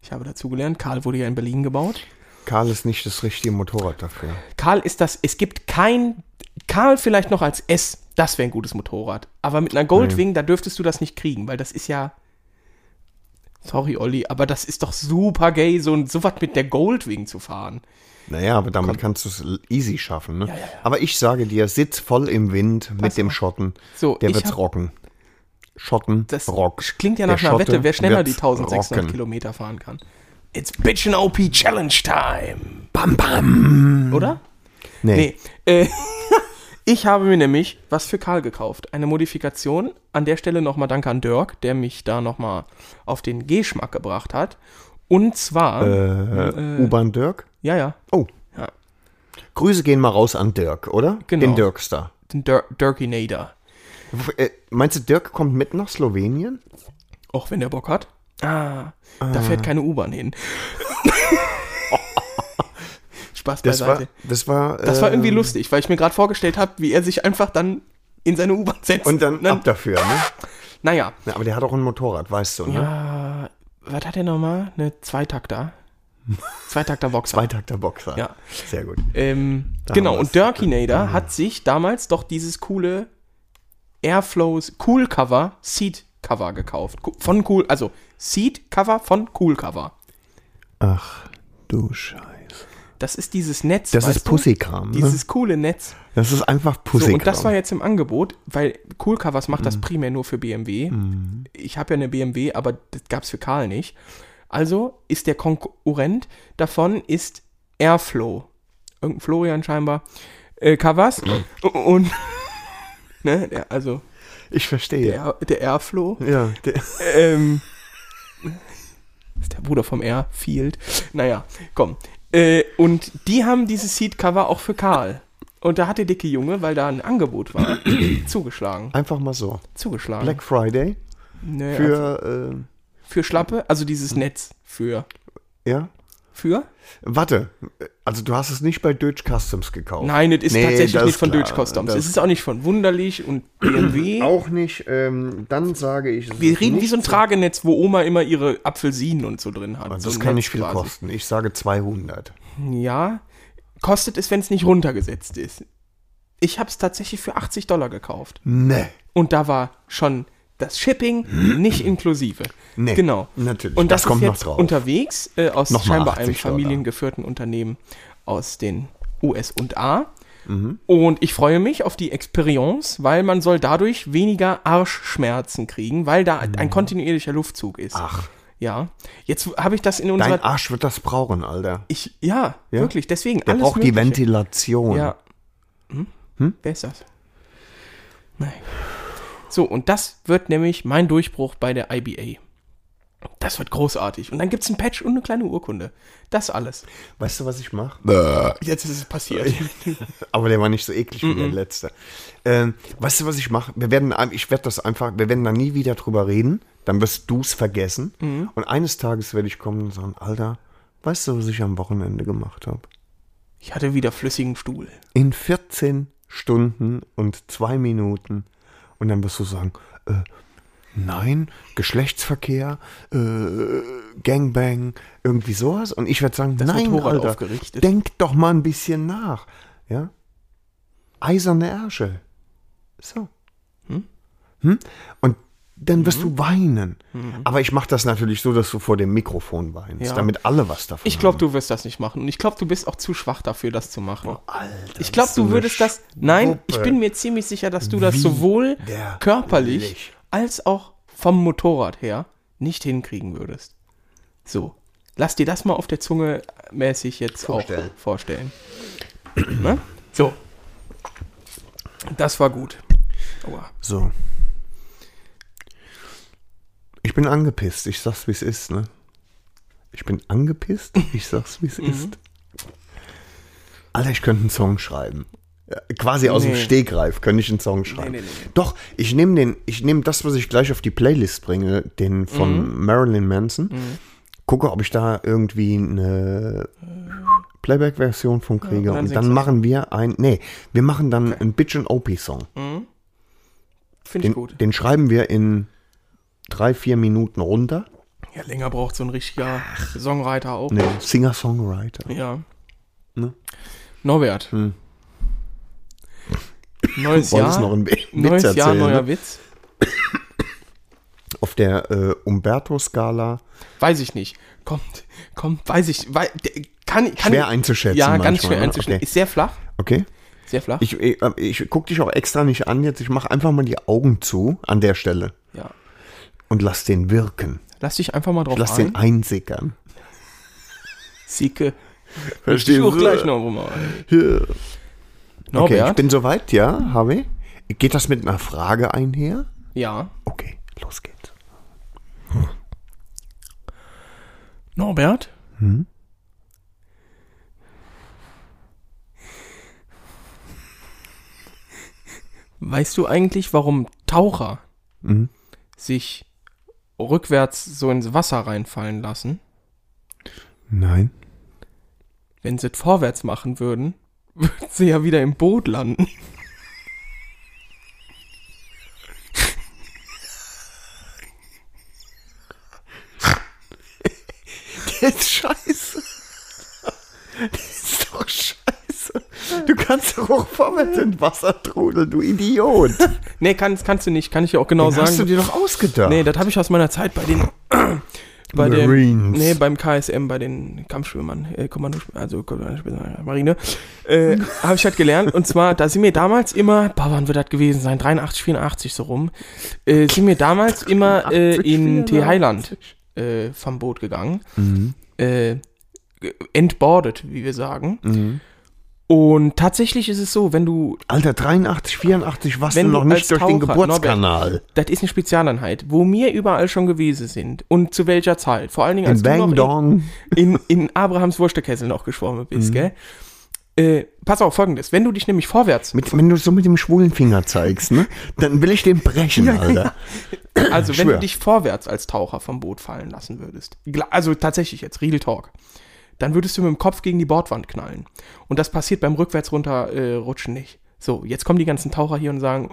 Ich habe dazu gelernt, Karl wurde ja in Berlin gebaut. Karl ist nicht das richtige Motorrad dafür. Karl ist das, es gibt kein, Karl vielleicht noch als S, das wäre ein gutes Motorrad. Aber mit einer Goldwing, da dürftest du das nicht kriegen, weil das ist ja, sorry Olli, aber das ist doch super gay, so, ein- so was mit der Goldwing zu fahren. Naja, aber damit kannst du es easy schaffen. Ne? Aber ich sage dir, sitz voll im Wind mit dem Schotten. So, der ich wird's hab- rocken. Schotten, Das Rock. klingt ja nach Der einer Schotte Wette, wer schneller die wird's 1600 rocken. Kilometer fahren kann. It's Bitchin' OP Challenge Time. Bam, bam. Oder? Nee. Nee. Äh, *laughs* ich habe mir nämlich was für Karl gekauft. Eine Modifikation. An der Stelle nochmal Dank an Dirk, der mich da nochmal auf den Geschmack gebracht hat. Und zwar, Äh, U-Bahn Dirk? ja, ja, Oh. Ja. Grüße gehen mal raus an Dirk, oder? Genau. Den Dirkster. den Dir Dirkinator. W- Äh, meinst du, Dirk kommt mit nach Slowenien? Auch wenn der Bock hat. Ah, da fährt keine U-Bahn hin. *laughs* Spaß Das beiseite. war, das war. Das war irgendwie äh, lustig, weil ich mir gerade vorgestellt habe, wie er sich einfach dann in seine U-Bahn setzt. äh, Und dann ab dafür, ne? naja, Ja, aber der hat auch ein Motorrad, weißt du, ne? was hat er nochmal? Eine Zweitakter. Zweitakter Boxer. Zweitakter Boxer. Ja. Sehr gut. ähm, genau, haben Mhm. wir's. und Dirkinator hat sich damals doch dieses coole Airflows Cool Cover, Seat Cover gekauft. Co- Von Cool, also Seat Cover von Cool Cover. Ach du Scheiße. Das ist dieses Netz. Das ist weißt du? Pussykram. Ne? Dieses coole Netz. Das ist einfach So, Pussykram. und das war jetzt im Angebot, weil Cool Covers macht das primär nur für BMW. Ich habe ja eine BMW, aber das gab es für Karl nicht. Also ist der Konkurrent davon ist Airflow. Irgendein Florian scheinbar. Äh, Covers. Und *laughs* ne, der, also ich verstehe. der, der Airflow. Ja, der, Ähm, *laughs* ist der Bruder vom Airfield. Naja, komm. Äh, und die haben dieses Seed-Cover auch für Karl. Und da hat der dicke Junge, weil da ein Angebot *coughs* war, zugeschlagen. einfach mal so. Zugeschlagen. Black Friday Nö, also für, für Schlappe, also dieses Netz. Für. äh, ja. Für? Warte, also du hast es nicht bei Deutsch Customs gekauft. Nein, das ist Oh. Nee, tatsächlich das nicht von klar, Deutsch Customs. das Es ist auch nicht von Wunderlich und BMW. Auch nicht, ähm, dann sage ich. es Wir ist reden wie nicht so ein Tragenetz, wo Oma immer ihre Apfelsinen und so drin hat. so Also das ein kann Netz nicht viel quasi. kosten. Ich sage 200. Ja, kostet es, wenn es nicht runtergesetzt ist. Ich habe es tatsächlich für 80 Dollar gekauft. Nee. Und da war schon das *clears throat* Shipping nicht inklusive. Nee, Genau. natürlich. Und das, Das kommt ist noch jetzt drauf. unterwegs äh, aus Nochmal scheinbar einem 80 Dollar. familiengeführten Unternehmen aus den US und A. Mhm. Und ich freue mich auf die Experience, weil man soll dadurch weniger Arschschmerzen kriegen, weil da ein kontinuierlicher Luftzug ist. Mhm. Ach, Ja. Jetzt habe ich das in dein unserer Arsch wird das brauchen, Alter. ich ja, Ja? wirklich, deswegen Der braucht die Mögliche. Ventilation. Ja. Hm? Wer ist das? Nein. So, und das wird nämlich mein Durchbruch bei der IBA. Das wird großartig. Und dann gibt es einen Patch und eine kleine Urkunde. Das alles. Weißt du, was ich mache? Jetzt ist es passiert. Aber der war nicht so eklig wie der letzte. Ähm, weißt du, was ich mache? Wir werden, ein- ich werde das einfach, wir werden da nie wieder drüber reden. Dann wirst du es vergessen. Mm. Und eines Tages werde ich kommen und sagen, Alter, weißt du, was ich am Wochenende gemacht habe? Ich hatte wieder flüssigen Stuhl. In 14 Stunden und zwei Minuten. Und dann wirst du sagen, äh, nein, Geschlechtsverkehr, äh, Gangbang, irgendwie sowas. Und ich werde sagen, nein, Motorrad Alter, aufgerichtet. denk doch mal ein bisschen nach. Ja? Eiserne Ärsche. So. Hm? Und dann Mhm. wirst du weinen. Aber ich mache das natürlich so, dass du vor dem Mikrofon weinst, Ja. damit alle was davon Ich glaube, du wirst das nicht machen. Und ich glaube, du bist auch zu schwach dafür, das zu machen. haben. ich glaube, du würdest das. Nein, ich bin mir ziemlich sicher, dass du das sowohl widerlich. körperlich als auch vom Motorrad her nicht hinkriegen würdest. So, lass dir das mal auf der Zunge mäßig jetzt Vorstellen. auch *clears throat* vorstellen. ne? So. Das war gut. Aua. So. Ich bin angepisst. Ich sag's, wie es ist, ne? Ich bin angepisst. Ich sag's, wie *laughs* Mhm. es ist. Alter, ich könnte einen Song schreiben. Ja, Quasi aus dem Nee. Stegreif könnte ich einen Song schreiben. nee, nee. Doch, ich nehme den, ich nehme das, was ich gleich auf die Playlist bringe, den von Mhm. Marilyn Manson. Gucke, ob ich da irgendwie eine Playback-Version von kriege. und dann und dann, singst du. machen wir ein, nee, wir machen dann einen Bitch and OP-Song. Finde ich Den, gut. den schreiben wir in drei, vier Minuten runter Ja, länger braucht so ein richtiger Songwriter auch. Nee, Singer-Songwriter. Ja. Ne? Norbert. Hm. Neues Wolltest Jahr. noch einen Witz neues erzählen? Jahr, neuer ne? Witz. Auf der äh, Umberto-Skala Weiß ich nicht. Kommt, kommt, weiß ich. Wei der- kann, kann, Schwer einzuschätzen Ja, ganz manchmal, schwer ne? einzuschätzen. Okay. Ist sehr flach. Okay. Sehr flach. Ich, ich, äh, ich gucke dich auch extra nicht an jetzt. Ich mache einfach mal die Augen zu an der Stelle ja. und lass den wirken. Lass dich einfach mal drauf Lass ein. den einsickern. *laughs* Sieke. Verstehst Ich such du? gleich noch mal. Ja. Okay, Norbert? ich bin soweit, ja, Harvey? Geht das mit einer Frage einher? ja. Okay, los geht's. Norbert? Hm? Weißt du eigentlich, warum Taucher Mhm. sich rückwärts so ins Wasser reinfallen lassen? Nein. Wenn sie es vorwärts machen würden, *laughs* würden sie ja wieder im Boot landen. Der ist scheiße. Der ist doch scheiße. Du kannst doch auch vorwärts in Wasser trudeln, du Idiot. Nee, kannst, kannst du nicht, kann ich dir auch genau Den sagen. hast du dir doch ausgedacht. Nee, das habe ich aus meiner Zeit bei den *clears throat* bei dem, Marines. nee, beim KSM, bei den Kampfschwimmern, äh, Kommando, also Kommandoschwimmern, Marine, äh, habe ich das gelernt. Und zwar, da sind mir damals immer, boah, wann wird das gewesen sein, 83, 84 so rum, äh, sind mir damals immer äh, in 84. T-Heiland äh, vom Boot gegangen. Äh, ge- entbordet, wie wir sagen. Und tatsächlich ist es so, wenn du Alter, 83, 84 warst Wenn du du noch nicht als durch den Taucher, Geburtskanal. das ist eine Spezialeinheit, wo wir überall schon gewesen sind und zu welcher Zeit. Vor allen Dingen, als In Bang du noch Dong. in, in, in Abrahams Wurstekessel noch geschwommen bist, gell? Äh, pass auf, folgendes. Wenn du dich nämlich vorwärts, Mit, wenn du so mit dem schwulen Finger zeigst, ne? Dann will ich den brechen, Alter. also wenn schwör. du dich vorwärts als Taucher vom Boot fallen lassen würdest, gla- also tatsächlich jetzt, Real Talk, dann würdest du mit dem Kopf gegen die Bordwand knallen. Und das passiert beim rückwärts runter äh, rutschen nicht. So, jetzt kommen die ganzen Taucher hier und sagen,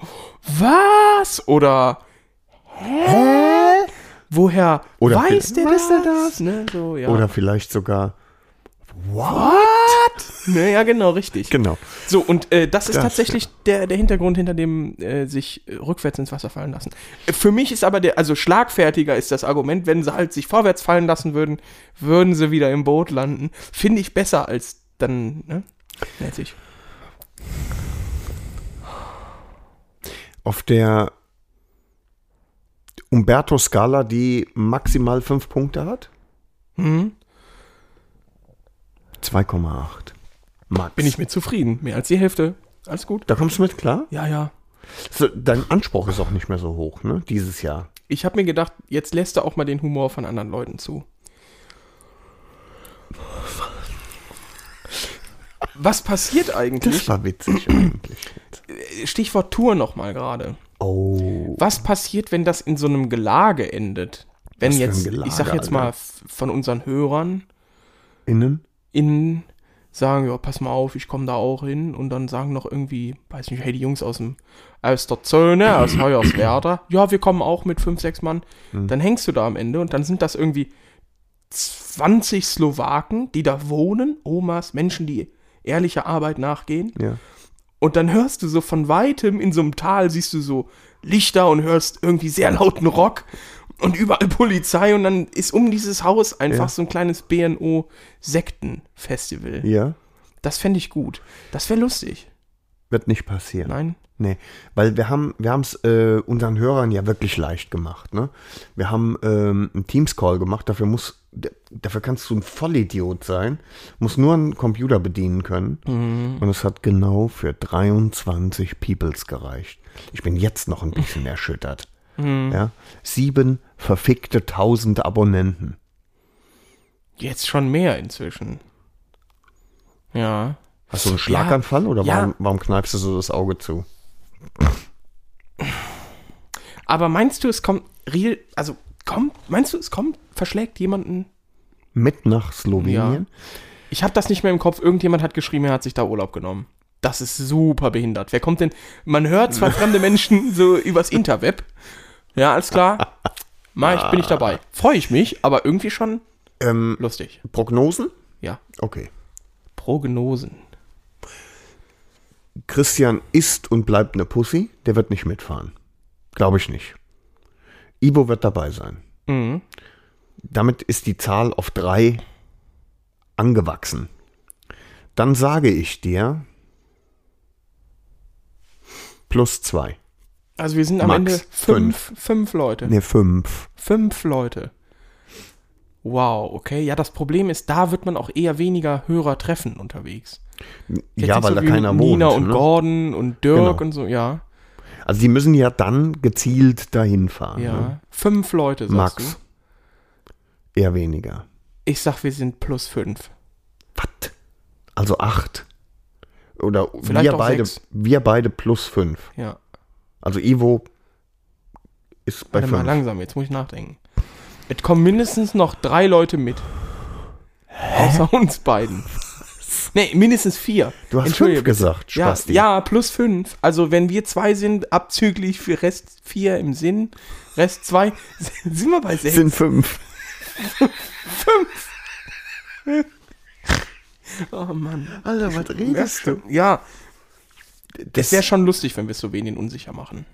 was? Oder, hä? Woher Oder weiß viel- der weiß der das? Ne, so, ja. Oder vielleicht sogar. What? Ne, ja, genau, richtig. Genau. So, und äh, das ist Das- tatsächlich der, der Hintergrund, hinter dem äh, sich äh, rückwärts ins Wasser fallen lassen. Äh, Für mich ist aber der, also schlagfertiger ist das Argument, wenn sie halt sich vorwärts fallen lassen würden, würden sie wieder im Boot landen. Finde ich besser als dann, ne? Nennt sich. Auf der Umberto-Skala, die maximal 5 Punkte hat? Hm? 2,8. Max. Bin ich mit zufrieden. Mehr als die Hälfte. Alles gut. Da kommst du mit klar? Ja, ja. So, dein Anspruch ist auch nicht mehr so hoch, ne? Dieses Jahr. Ich habe mir gedacht, jetzt lässt er auch mal den Humor von anderen Leuten zu. Was passiert Das eigentlich? war witzig eigentlich. Stichwort Tour nochmal gerade. Oh. Was passiert, wenn das in so einem Gelage endet? Wenn Was für ein jetzt, Gelage, ich sag jetzt Alter? mal f- von unseren Hörern Innen? in sagen, ja, pass mal auf, ich komme da auch hin und dann sagen noch irgendwie, weiß nicht, hey, die Jungs aus dem aus der Zone, *clears throat* aus Hoyerswerda, ja, wir kommen auch mit fünf, sechs Mann. Hm. Dann hängst du da am Ende und dann sind das irgendwie 20 Slowaken, die da wohnen, Omas, Menschen, die ehrlicher Arbeit nachgehen. Ja. Und dann hörst du so von weitem in so einem Tal, siehst du so Lichter und hörst irgendwie sehr lauten Rock und überall *laughs* Polizei und dann ist um dieses Haus einfach Ja. so ein kleines BNO-Sektenfestival. Ja. Das fände ich gut. Das wäre lustig. Wird nicht passieren. Nein? Nee, weil wir haben wir haben's äh, unseren Hörern ja wirklich leicht gemacht. Ne? Wir haben ähm, einen Teams-Call gemacht, dafür, muss, d- dafür kannst du ein Vollidiot sein, musst nur einen Computer bedienen können. Mhm. Und es hat genau für 23 Peoples gereicht. Ich bin jetzt noch *laughs* ein bisschen erschüttert. Mhm. Ja? Sieben verfickte tausend Abonnenten. Jetzt schon mehr inzwischen. Ja. Hast du einen Schlaganfall oder ja. warum, warum kneifst du so das Auge zu? Aber meinst du, es kommt real, also kommt, meinst du, es kommt, verschlägt jemanden? Mit nach Slowenien? Ich habe das nicht mehr im Kopf. Irgendjemand hat geschrieben, er hat sich da Urlaub genommen. Das ist super behindert. Wer *laughs* kommt denn? Man hört zwar fremde Menschen so übers Interweb. Ja, alles klar. Mach ich, bin ich dabei. Freue ich mich, aber irgendwie schon Ähm, lustig. Prognosen? Ja. Okay. Prognosen. Christian ist und bleibt eine Pussy. Der wird nicht mitfahren. Glaube ich nicht. Ibo wird dabei sein. Mhm. Damit ist die Zahl auf drei angewachsen. Dann sage ich dir plus zwei. Also wir sind am Max, Ende fünf, fünf. Leute. Ne, fünf. Fünf Leute. Wow, okay. Ja, das Problem ist, da wird man auch eher weniger Hörer treffen unterwegs. Jetzt ja, nicht weil so da wie keiner mit Nina wohnt. und ne? Gordon und Dirk Genau. und so, ja. Also die müssen ja dann gezielt dahin fahren. Ja. Ne? Fünf Leute, sagst Max. du. Eher weniger. Ich sag, wir sind plus fünf. Was? Also acht. Oder Vielleicht wir auch beide, sechs. wir beide plus fünf. Ja. Also Ivo ist bei Warte mal, fünf. langsam, jetzt muss ich nachdenken. Es kommen mindestens noch drei Leute mit. Außer uns beiden. Nee, mindestens vier. Du hast Entschuldige fünf bitte. gesagt, Ja, Spasti. ja, plus fünf. Also wenn wir zwei sind, abzüglich für Rest vier im Sinn, Rest zwei, *laughs* sind wir bei sechs. sind fünf. oh Mann. Alter, was redest du? Ja, Das wäre schon lustig, wenn wir Slowenien unsicher machen.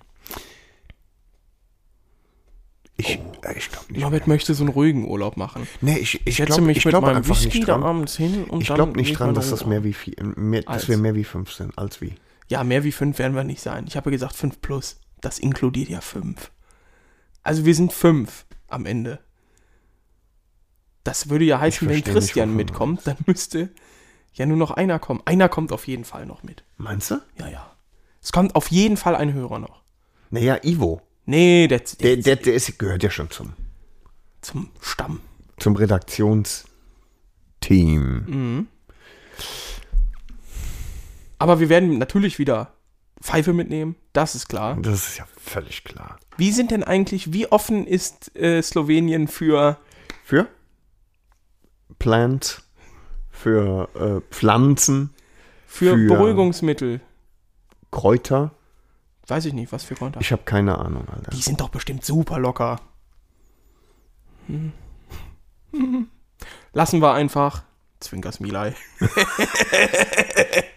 Ich, äh, ich glaube nicht. Norbert möchte so einen ruhigen Urlaub machen. Nee, ich, ich Ich setze glaube mich ich mit glaub meinem einfach Whisky nicht da dran. abends hin und Ich dann glaube gehe nicht dran, mal dass das runter. mehr wie vier, mehr, dass Als. wir mehr wie fünf sind als wie. Ja, mehr wie fünf werden wir nicht sein. Ich habe ja gesagt fünf plus. Das inkludiert ja fünf. Also wir sind fünf am Ende. Das würde ja heißen, wenn verstehe nicht, Christian wovon du mitkommt, dann müsste ja nur noch einer kommen. Einer kommt auf jeden Fall noch mit. Meinst du? Ja, ja. Es kommt auf jeden Fall ein Hörer noch. Naja, Ivo. Nee, der, Der, der, der, der ist, gehört ja schon zum, zum Stamm. zum Redaktionsteam. Mhm. Aber wir werden natürlich wieder Pfeife mitnehmen, das ist klar. Das ist ja völlig klar. Wie sind denn eigentlich, wie offen ist äh, Slowenien für Für Plant, für äh, Pflanzen, Für, Für- Beruhigungsmittel. Kräuter. Weiß ich nicht, was für Kräuter. Ich habe keine Ahnung, Alter. Die sind doch bestimmt super locker. Hm. *laughs* Hm. Lassen wir einfach. Zwinkers Milay.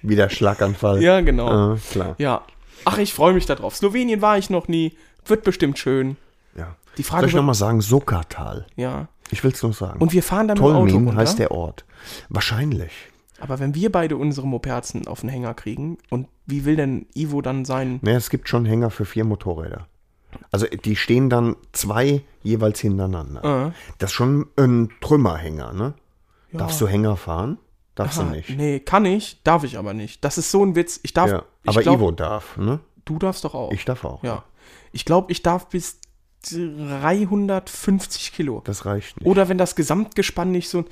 Wieder Schlaganfall. Ja, genau. Ah, klar. Ja. Ach, ich freue mich darauf. Slowenien war ich noch nie. Wird bestimmt schön. Ja. Die Soll Frage ich noch wird, mal sagen, Sockertal. ja. Ich will es nur sagen. Und wir fahren dann mit dem Auto Tolmin runter. heißt der Ort. Wahrscheinlich. Aber wenn wir beide unsere Moperzen auf den Hänger kriegen, und wie will denn Ivo dann sein? Naja, Ne, es gibt schon Hänger für vier Motorräder. Also die stehen dann zwei jeweils Ah. hintereinander. Das ist schon ein Trümmerhänger, ne? Darfst du Hänger fahren? Darfst Ah, du nicht. Nee, kann ich, darf ich aber nicht. Das ist so ein Witz. Ich darf. Ja, ich aber glaub, Ivo darf, ne? Du darfst doch auch. Ich darf auch. Ja. Ich glaube, ich darf bis 350 Kilo. Das reicht nicht. Oder wenn das Gesamtgespann nicht so.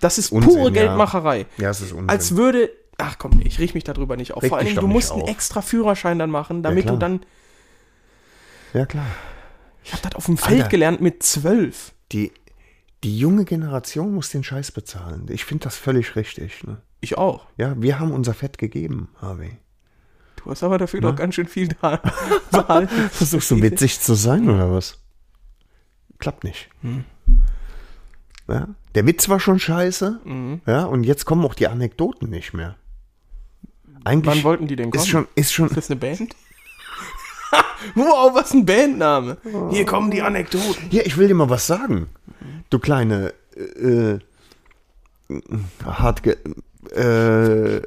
Das ist Unsinn, pure ja. Geldmacherei. ja, es ist Unsinn. Als würde. Ach komm, ich rieche mich darüber nicht auf. Reg Vor allen dich Dingen, du doch nicht musst einen auf. extra Führerschein dann machen, damit du klar. dann. ja, klar. Ich habe das auf dem Feld Alter. gelernt mit zwölf. Die, die junge Generation muss den Scheiß bezahlen. Ich finde das völlig richtig. Ne? Ich auch. Ja, wir haben unser Fett gegeben, *laughs* Harvey. Du hast aber dafür doch ganz schön viel *laughs* da behalten. Versuchst du witzig zu sein oder was? Klappt nicht. Ja, der Witz war schon scheiße. Ja, und jetzt kommen auch die Anekdoten nicht mehr. Wann Eigentlich wollten die denn kommen? ist schon, ist schon, Ist das eine Band? *laughs* wow, was ein Bandname. Hier kommen die Anekdoten. Hier, ich will dir mal was sagen. Du kleine äh, äh, hartge äh,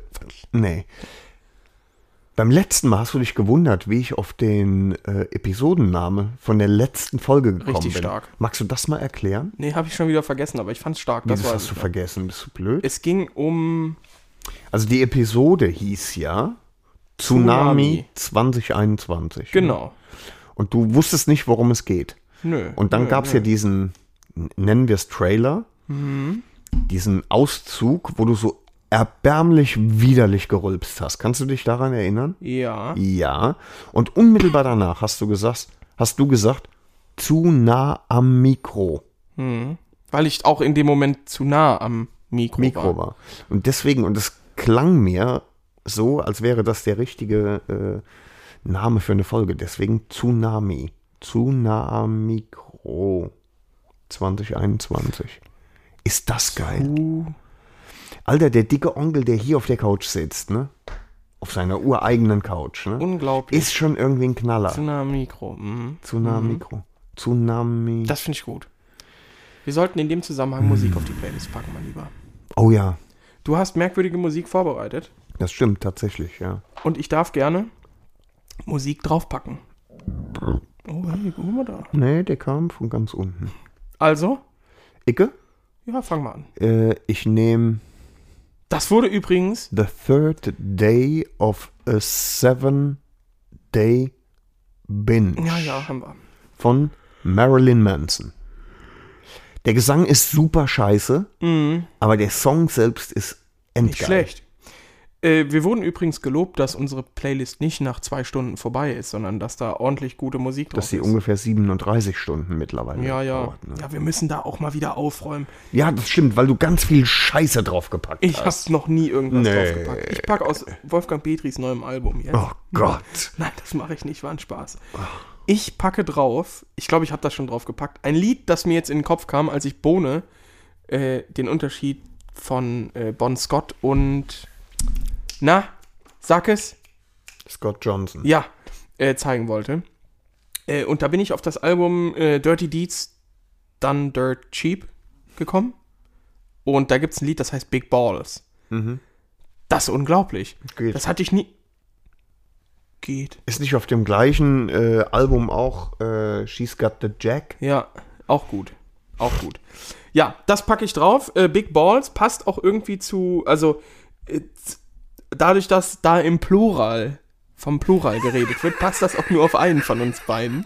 nee. Beim letzten Mal hast du dich gewundert, wie ich auf den äh, Episodenname von der letzten Folge gekommen Richtig bin. stark. Magst du das mal erklären? Nee, habe ich schon wieder vergessen, aber ich fand's stark. Das, Das war hast du vergessen, bist du blöd? Es ging um. Also die Episode hieß ja Tsunami, 2021. Genau. Und du wusstest nicht, worum es geht. Nö. Und dann nö, gab es ja Mhm. nö. diesen, n- nennen wir es Trailer, diesen Auszug, wo du so erbärmlich widerlich gerülpst hast. Kannst du dich daran erinnern? Ja. Ja. Und unmittelbar danach hast du gesagt, hast du gesagt, zu nah am Mikro, Weil ich auch in dem Moment zu nah am Mikro, Mikro war. war. Und deswegen, und es klang mir so, als wäre das der richtige äh, Name für eine Folge. Deswegen Tsunami. Zu nah am Mikro. Euro 2021. Ist das geil? Alter, der dicke Onkel, der hier auf der Couch sitzt, ne? Auf seiner ureigenen Couch, ne? Unglaublich. Ist Hm. schon irgendwie ein Knaller. Tsunami-Mikro. Mhm. Tsunami-Mikro. Tsunami. Das finde ich gut. Wir sollten in dem Zusammenhang Musik auf die Playlist packen, mein Lieber. Oh ja, Du hast merkwürdige Musik vorbereitet das stimmt tatsächlich, ja. und ich darf gerne Musik draufpacken. Oh, hey, guck mal da. Nee, der kam von ganz unten. Also, Icke? ja, fang mal an. Äh, ich nehme Das wurde übrigens The Third Day of a Seven Day Binge. Ja, ja, haben wir. von Marilyn Manson. Der Gesang ist super scheiße, aber der Song selbst ist endgeil. Mhm. Nicht schlecht. Äh, wir wurden übrigens gelobt, dass unsere Playlist nicht nach zwei Stunden vorbei ist, sondern dass da ordentlich gute Musik drauf Dass sie ist. ungefähr 37 Stunden mittlerweile ja, ja. dauert. Ne? Ja, wir müssen da auch mal wieder aufräumen. Ja, das stimmt, weil du ganz viel Scheiße draufgepackt Ich hast. habe noch nie irgendwas Nee. draufgepackt. Ich packe aus Wolfgang Petris neuem Album jetzt. Oh Gott. Nein, das mache ich nicht, war ein Spaß. Ich packe drauf, ich glaube, ich habe das schon drauf gepackt, ein Lied, das mir jetzt in den Kopf kam, als ich Bohne äh, den Unterschied von äh, Bon Scott und na, sag es, Scott Johnson. ja, äh, zeigen wollte. Äh, und da bin ich auf das Album äh, Dirty Deeds Done Dirt Cheap gekommen. Und da gibt es ein Lied, das heißt Big Balls. Das ist unglaublich. Geht. Das hatte ich nie. Geht. Ist nicht auf dem gleichen äh, Album auch äh, She's Got the Jack? Ja, auch gut. Auch gut. Ja, das packe ich drauf. Äh, Big Balls passt auch irgendwie zu, also äh, z- dadurch, dass da im Plural, vom Plural geredet wird, passt das auch nur auf einen von uns beiden.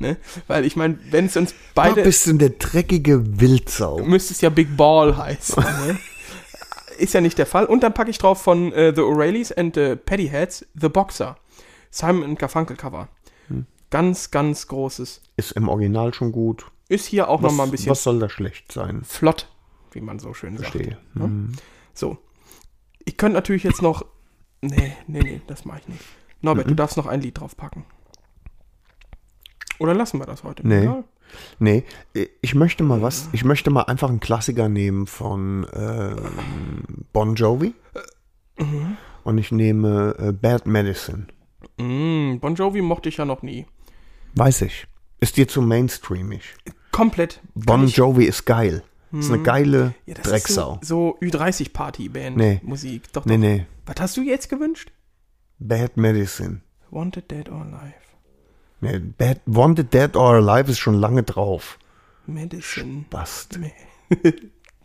Ne? Weil ich meine, wenn es uns Da beide, bist du eine dreckige Wildsau. müsste es ja Big Ball heißen. Ne? Ist ja nicht der Fall. Und dann packe ich drauf von äh, The O'Reillys and the Pettyheads The Boxer. Simon and Garfunkel Cover. Hm. Ganz, ganz großes. Ist im Original schon gut. Ist hier auch Was, nochmal ein bisschen was soll da schlecht sein? flott, wie man so schön sagt. Verstehe. Mhm. Ne? So. Ich könnte natürlich jetzt noch. Nee, nee, nee, das mache ich nicht. Norbert, Mhm. du darfst noch ein Lied draufpacken. Oder lassen wir das heute? Nee. Egal. Nee, ich möchte mal was, ich möchte mal einfach einen Klassiker nehmen von ähm, Bon Jovi. Mhm. Und ich nehme äh, Bad Medicine. Mm, bon Jovi mochte ich ja noch nie. Weiß ich. Ist dir zu mainstreamig. Komplett. Bon Jovi ist geil. Ist eine geile Drecksau. Mhm. Ist so, so Ü30-Party-Band. Nee. Musik. Doch, nee, doch. nee. Was hast du jetzt gewünscht? Bad Medicine. Wanted Dead or Alive. Nee, Bad, Wanted Dead or Alive ist schon lange drauf. Medicine. Bast. Me-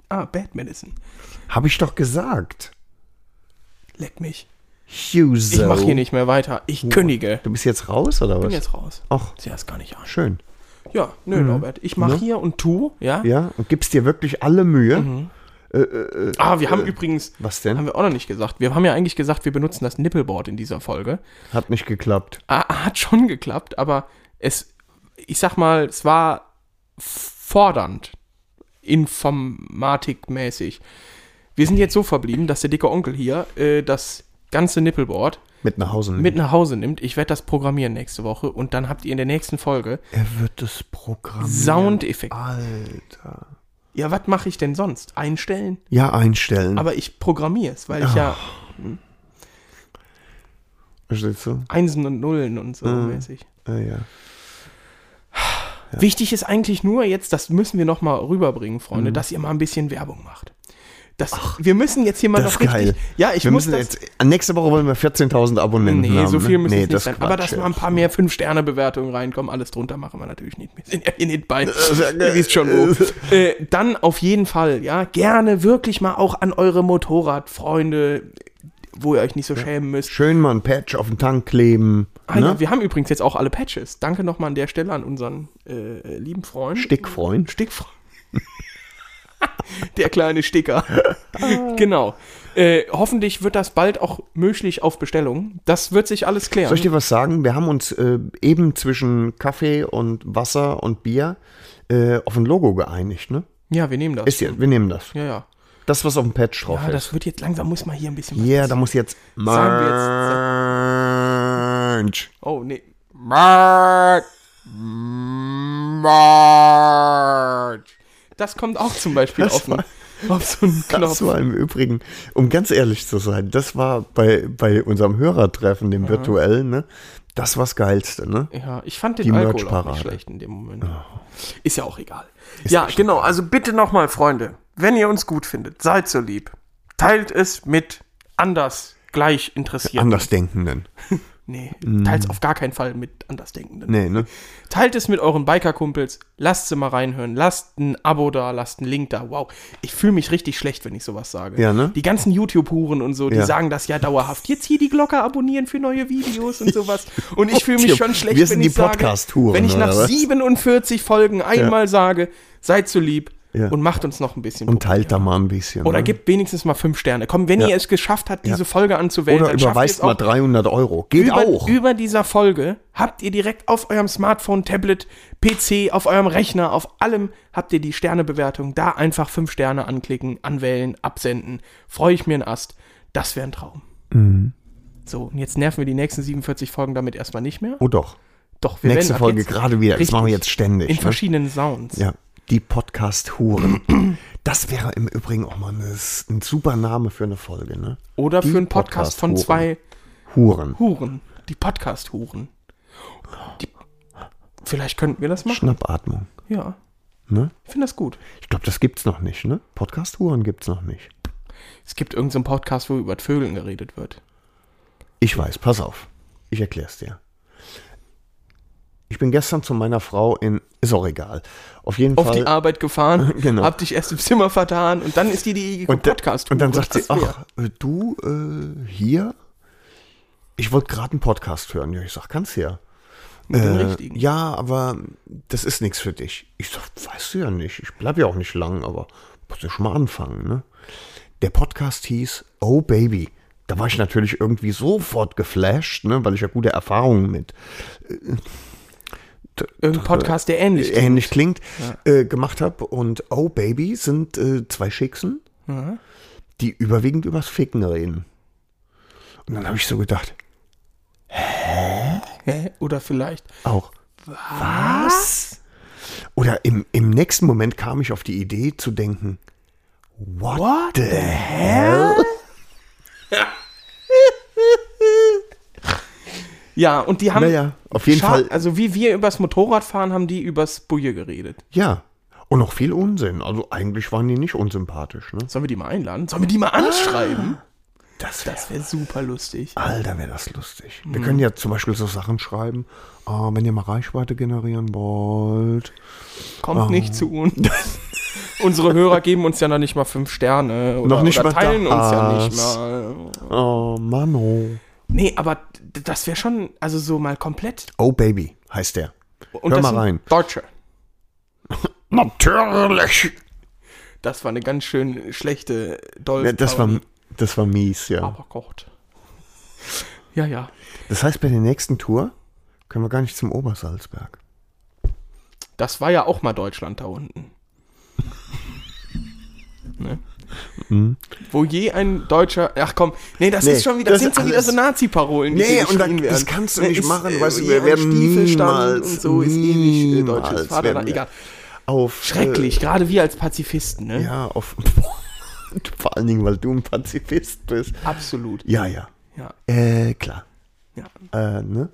ah, Bad Medicine. Hab ich doch gesagt. Leck mich. Huso. Ich mache hier nicht mehr weiter. Ich kündige. Du bist jetzt raus oder was? Ich bin jetzt raus. Ach, Sieh das gar nicht an. schön. Ja, nö, Norbert. Ich mache hier und tu, ja? Ja, und gibst dir wirklich alle Mühe. Ah, wir haben übrigens, Was denn? Mhm. haben wir auch noch nicht gesagt. Wir haben ja eigentlich gesagt, wir benutzen das Nippelboard in dieser Folge. Hat nicht geklappt. Ah, *laughs* hat schon geklappt, aber es, ich sag mal, es war fordernd, informatikmäßig. Wir sind jetzt so verblieben, dass der dicke Onkel hier äh, das ganze Nippelboard Mit nach Hause nehmen. mit nach Hause nimmt. Ich werde das programmieren nächste Woche und dann habt ihr in der nächsten Folge er wird das Programm. Soundeffekt. Alter. Ja, was mache ich denn sonst? Einstellen? Ja, einstellen. Aber ich programmiere es, weil ich ja Verstehst du? Einsen und Nullen und so Mhm. mäßig. Ja, ja. Wichtig ist eigentlich nur jetzt, das müssen wir noch mal rüberbringen, Mhm. Freunde, dass ihr mal ein bisschen Werbung macht. Das, wir müssen jetzt hier mal Das ist noch richtig. geil. Ja, ich wir muss müssen das, jetzt. Nächste Woche wollen wir 14.000 Abonnenten Nee, haben. so viel ne? müssen nee, es nicht das sein. Quatsch, Aber dass ja. mal ein paar mehr 5-Sterne-Bewertungen reinkommen, alles drunter machen wir natürlich nicht. Wir sind ja hier nicht bei. Ihr wisst schon wo. Äh, dann auf jeden Fall, ja, gerne wirklich mal auch an eure Motorradfreunde, wo ihr euch nicht so schämen müsst. Schön mal ein Patch auf den Tank kleben. Ah, ja, ne? wir haben übrigens jetzt auch alle Patches. Danke nochmal an der Stelle an unseren äh, lieben Freund. Stickfreund. Stickfreund. der kleine Sticker. *laughs* genau. Äh, hoffentlich wird das bald auch möglich auf Bestellung. Das wird sich alles klären. Soll ich dir was sagen? Wir haben uns äh, eben zwischen Kaffee und Wasser und Bier äh, auf ein Logo geeinigt, ne? ja, wir nehmen das. Ist ja, wir nehmen das. ja, ja. Das, was auf dem Patch drauf Ah, ist. das wird jetzt langsam, muss man hier ein bisschen. Ja, da muss jetzt Sagen wir Merch. Oh, nee. Merch. Marge. Das kommt auch zum Beispiel Das auf, war- einen- auf so einen Knopf. Das war im Übrigen, um ganz ehrlich zu sein, das war bei, bei unserem Hörertreffen, Mhm. dem virtuellen, ne? Das war das Geilste, ne? Ja, ich fand den Die Alkohol auch Merch-Parade. nicht schlecht in dem Moment. Ist ja auch egal. ja, genau. Also bitte nochmal, Freunde, wenn ihr uns gut findet, seid so lieb. Teilt es mit anders, gleich interessierten. Andersdenkenden. nee, teilt es auf gar keinen Fall mit Andersdenkenden. Nee, ne? Teilt es mit euren Biker-Kumpels. Lasst sie mal reinhören. Lasst ein Abo da, lasst einen Link da. Wow, ich fühle mich richtig schlecht, wenn ich sowas sage. Ja, ne? Die ganzen YouTube-Huren und so, die Ja. sagen das ja dauerhaft. Jetzt hier die Glocke abonnieren für neue Videos *laughs* und sowas. Und ich fühle mich schon schlecht, Wir sind wenn die ich sage, Podcast-Huren, wenn ich nach oder was? 47 Folgen einmal sage, seid so lieb Ja. und macht uns noch ein bisschen Und populär. teilt da mal ein bisschen. Oder ne? gibt wenigstens mal fünf Sterne. Komm, wenn ihr es geschafft habt, diese Folge anzuwählen, Oder dann schafft ihr es überweist mal auch 300 Euro. Geht über, auch. über dieser Folge habt ihr direkt auf eurem Smartphone, Tablet, PC, auf eurem Rechner, auf allem habt ihr die Sternebewertung. Da einfach fünf Sterne anklicken, anwählen, absenden. Freue ich mir einen Ast. Das wäre ein Traum. Mhm. So, und jetzt nerven wir die nächsten 47 Folgen damit erstmal nicht mehr. oh doch. Doch, wir Nächste ab Folge jetzt gerade wieder. Das richtig machen wir jetzt ständig. In ne? verschiedenen Sounds. Ja, die Podcast-Huren. Das wäre im Übrigen auch mal eine, ein super Name für eine Folge, ne? Oder Die für einen Podcast von Podcast-Huren. zwei Huren. Huren. Die Podcast-Huren. Die- Vielleicht könnten wir das machen. Schnappatmung. Ja. Ne? Ich finde das gut. Ich glaube, das gibt's noch nicht, ne? Podcast-Huren gibt's noch nicht. Es gibt irgendeinen Podcast, wo über Vögeln geredet wird. Ich weiß, pass auf. Ich erkläre es dir. Ich bin gestern zu meiner Frau in. Ist auch egal. Auf jeden Auf Fall. die Arbeit gefahren, *laughs* Genau. hab dich erst im Zimmer vertan und dann ist die die und, da- podcast und dann sagt sie: Das wär- Ach, äh, du äh, hier? Ich wollte gerade einen Podcast hören. Ja, ich sag, kannst ja. mit dem Äh, richtigen. Ja, aber das ist nichts für dich. Ich sag, weißt du ja nicht. Ich bleib ja auch nicht lang, aber musst du schon mal anfangen, ne? Der Podcast hieß Oh Baby. Da war ich natürlich irgendwie sofort geflasht, ne, weil ich ja gute Erfahrungen mit Irgendein Podcast, der ähnlich klingt. ähnlich klingt, äh, gemacht habe. Und Oh Baby sind äh, zwei Schicksen, die überwiegend übers Ficken reden. Und dann habe ich so gedacht, Hä? Oder vielleicht. *laughs* auch. Was? Oder im, im nächsten Moment kam ich auf die Idee zu denken, what, the hell? Ja, und die haben. Naja, auf jeden Scha- Fall, Also, wie wir übers Motorradfahren, haben die übers Buje geredet. ja. Und noch viel Unsinn. Also eigentlich waren die nicht unsympathisch, ne? Sollen wir die mal einladen? Sollen wir die mal anschreiben? Das Mhm. Das wäre super lustig. Alter, wäre das lustig. Wir können ja zum Beispiel so Sachen schreiben, ah, wenn ihr mal Reichweite generieren wollt. Kommt Oh. nicht zu *laughs* uns. Unsere Hörer geben uns ja noch nicht mal fünf Sterne. Oder, Noch nicht oder mal teilen uns ja nicht das. mal. Oh, Mano. Nee, aber d- das wäre schon, also so mal komplett. Oh, Baby heißt der. Und Hör das mal sind rein. Deutsche. Natürlich. Das war eine ganz schön schlechte Dolph. Ja, das, war, das war mies, ja. Aber Gott. Ja, ja. Das heißt, bei der nächsten Tour können wir gar nicht zum Obersalzberg. Das war ja auch mal Deutschland da unten. *laughs* ne? Wo je ein Deutscher. Ach komm, nee, das Mhm. Nee, ist schon wieder. Das das sind ist schon wieder so alles- Nazi-Parolen. die Nee, so und da- geschrien das werden. kannst du Ne, nicht ist, machen, äh, weißt du, je wir ein werden Stiefelstand niemals, und so ist ewig äh, deutsches niemals Vaterland. werden wir- Egal. Auf, Schrecklich, gerade wir als Pazifisten, ne? Äh, ja, auf. *laughs* Vor allen Dingen, weil du ein Pazifist bist. Absolut. Ja, ja. Ja, Äh, klar. ja. Äh, ne?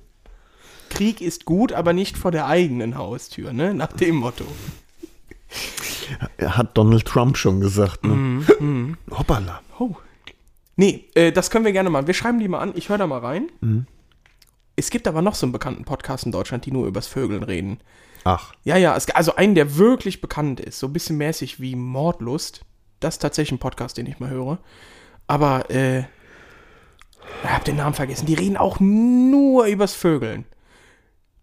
Krieg ist gut, aber nicht vor der eigenen Haustür, ne? Nach dem Motto. Hat Donald Trump schon gesagt, ne? Mhm, Hoppala. Oh. Nee, äh, das können wir gerne machen. Wir schreiben die mal an. Ich höre da mal rein. Es gibt aber noch so einen bekannten Podcast in Deutschland, die nur übers Vögeln reden. Ach. Ja, ja, es, also einen, der wirklich bekannt ist. So ein bisschen mäßig wie Mordlust. Das ist tatsächlich ein Podcast, den ich mal höre. Aber, äh, ich hab den Namen vergessen. Die reden auch nur übers Vögeln.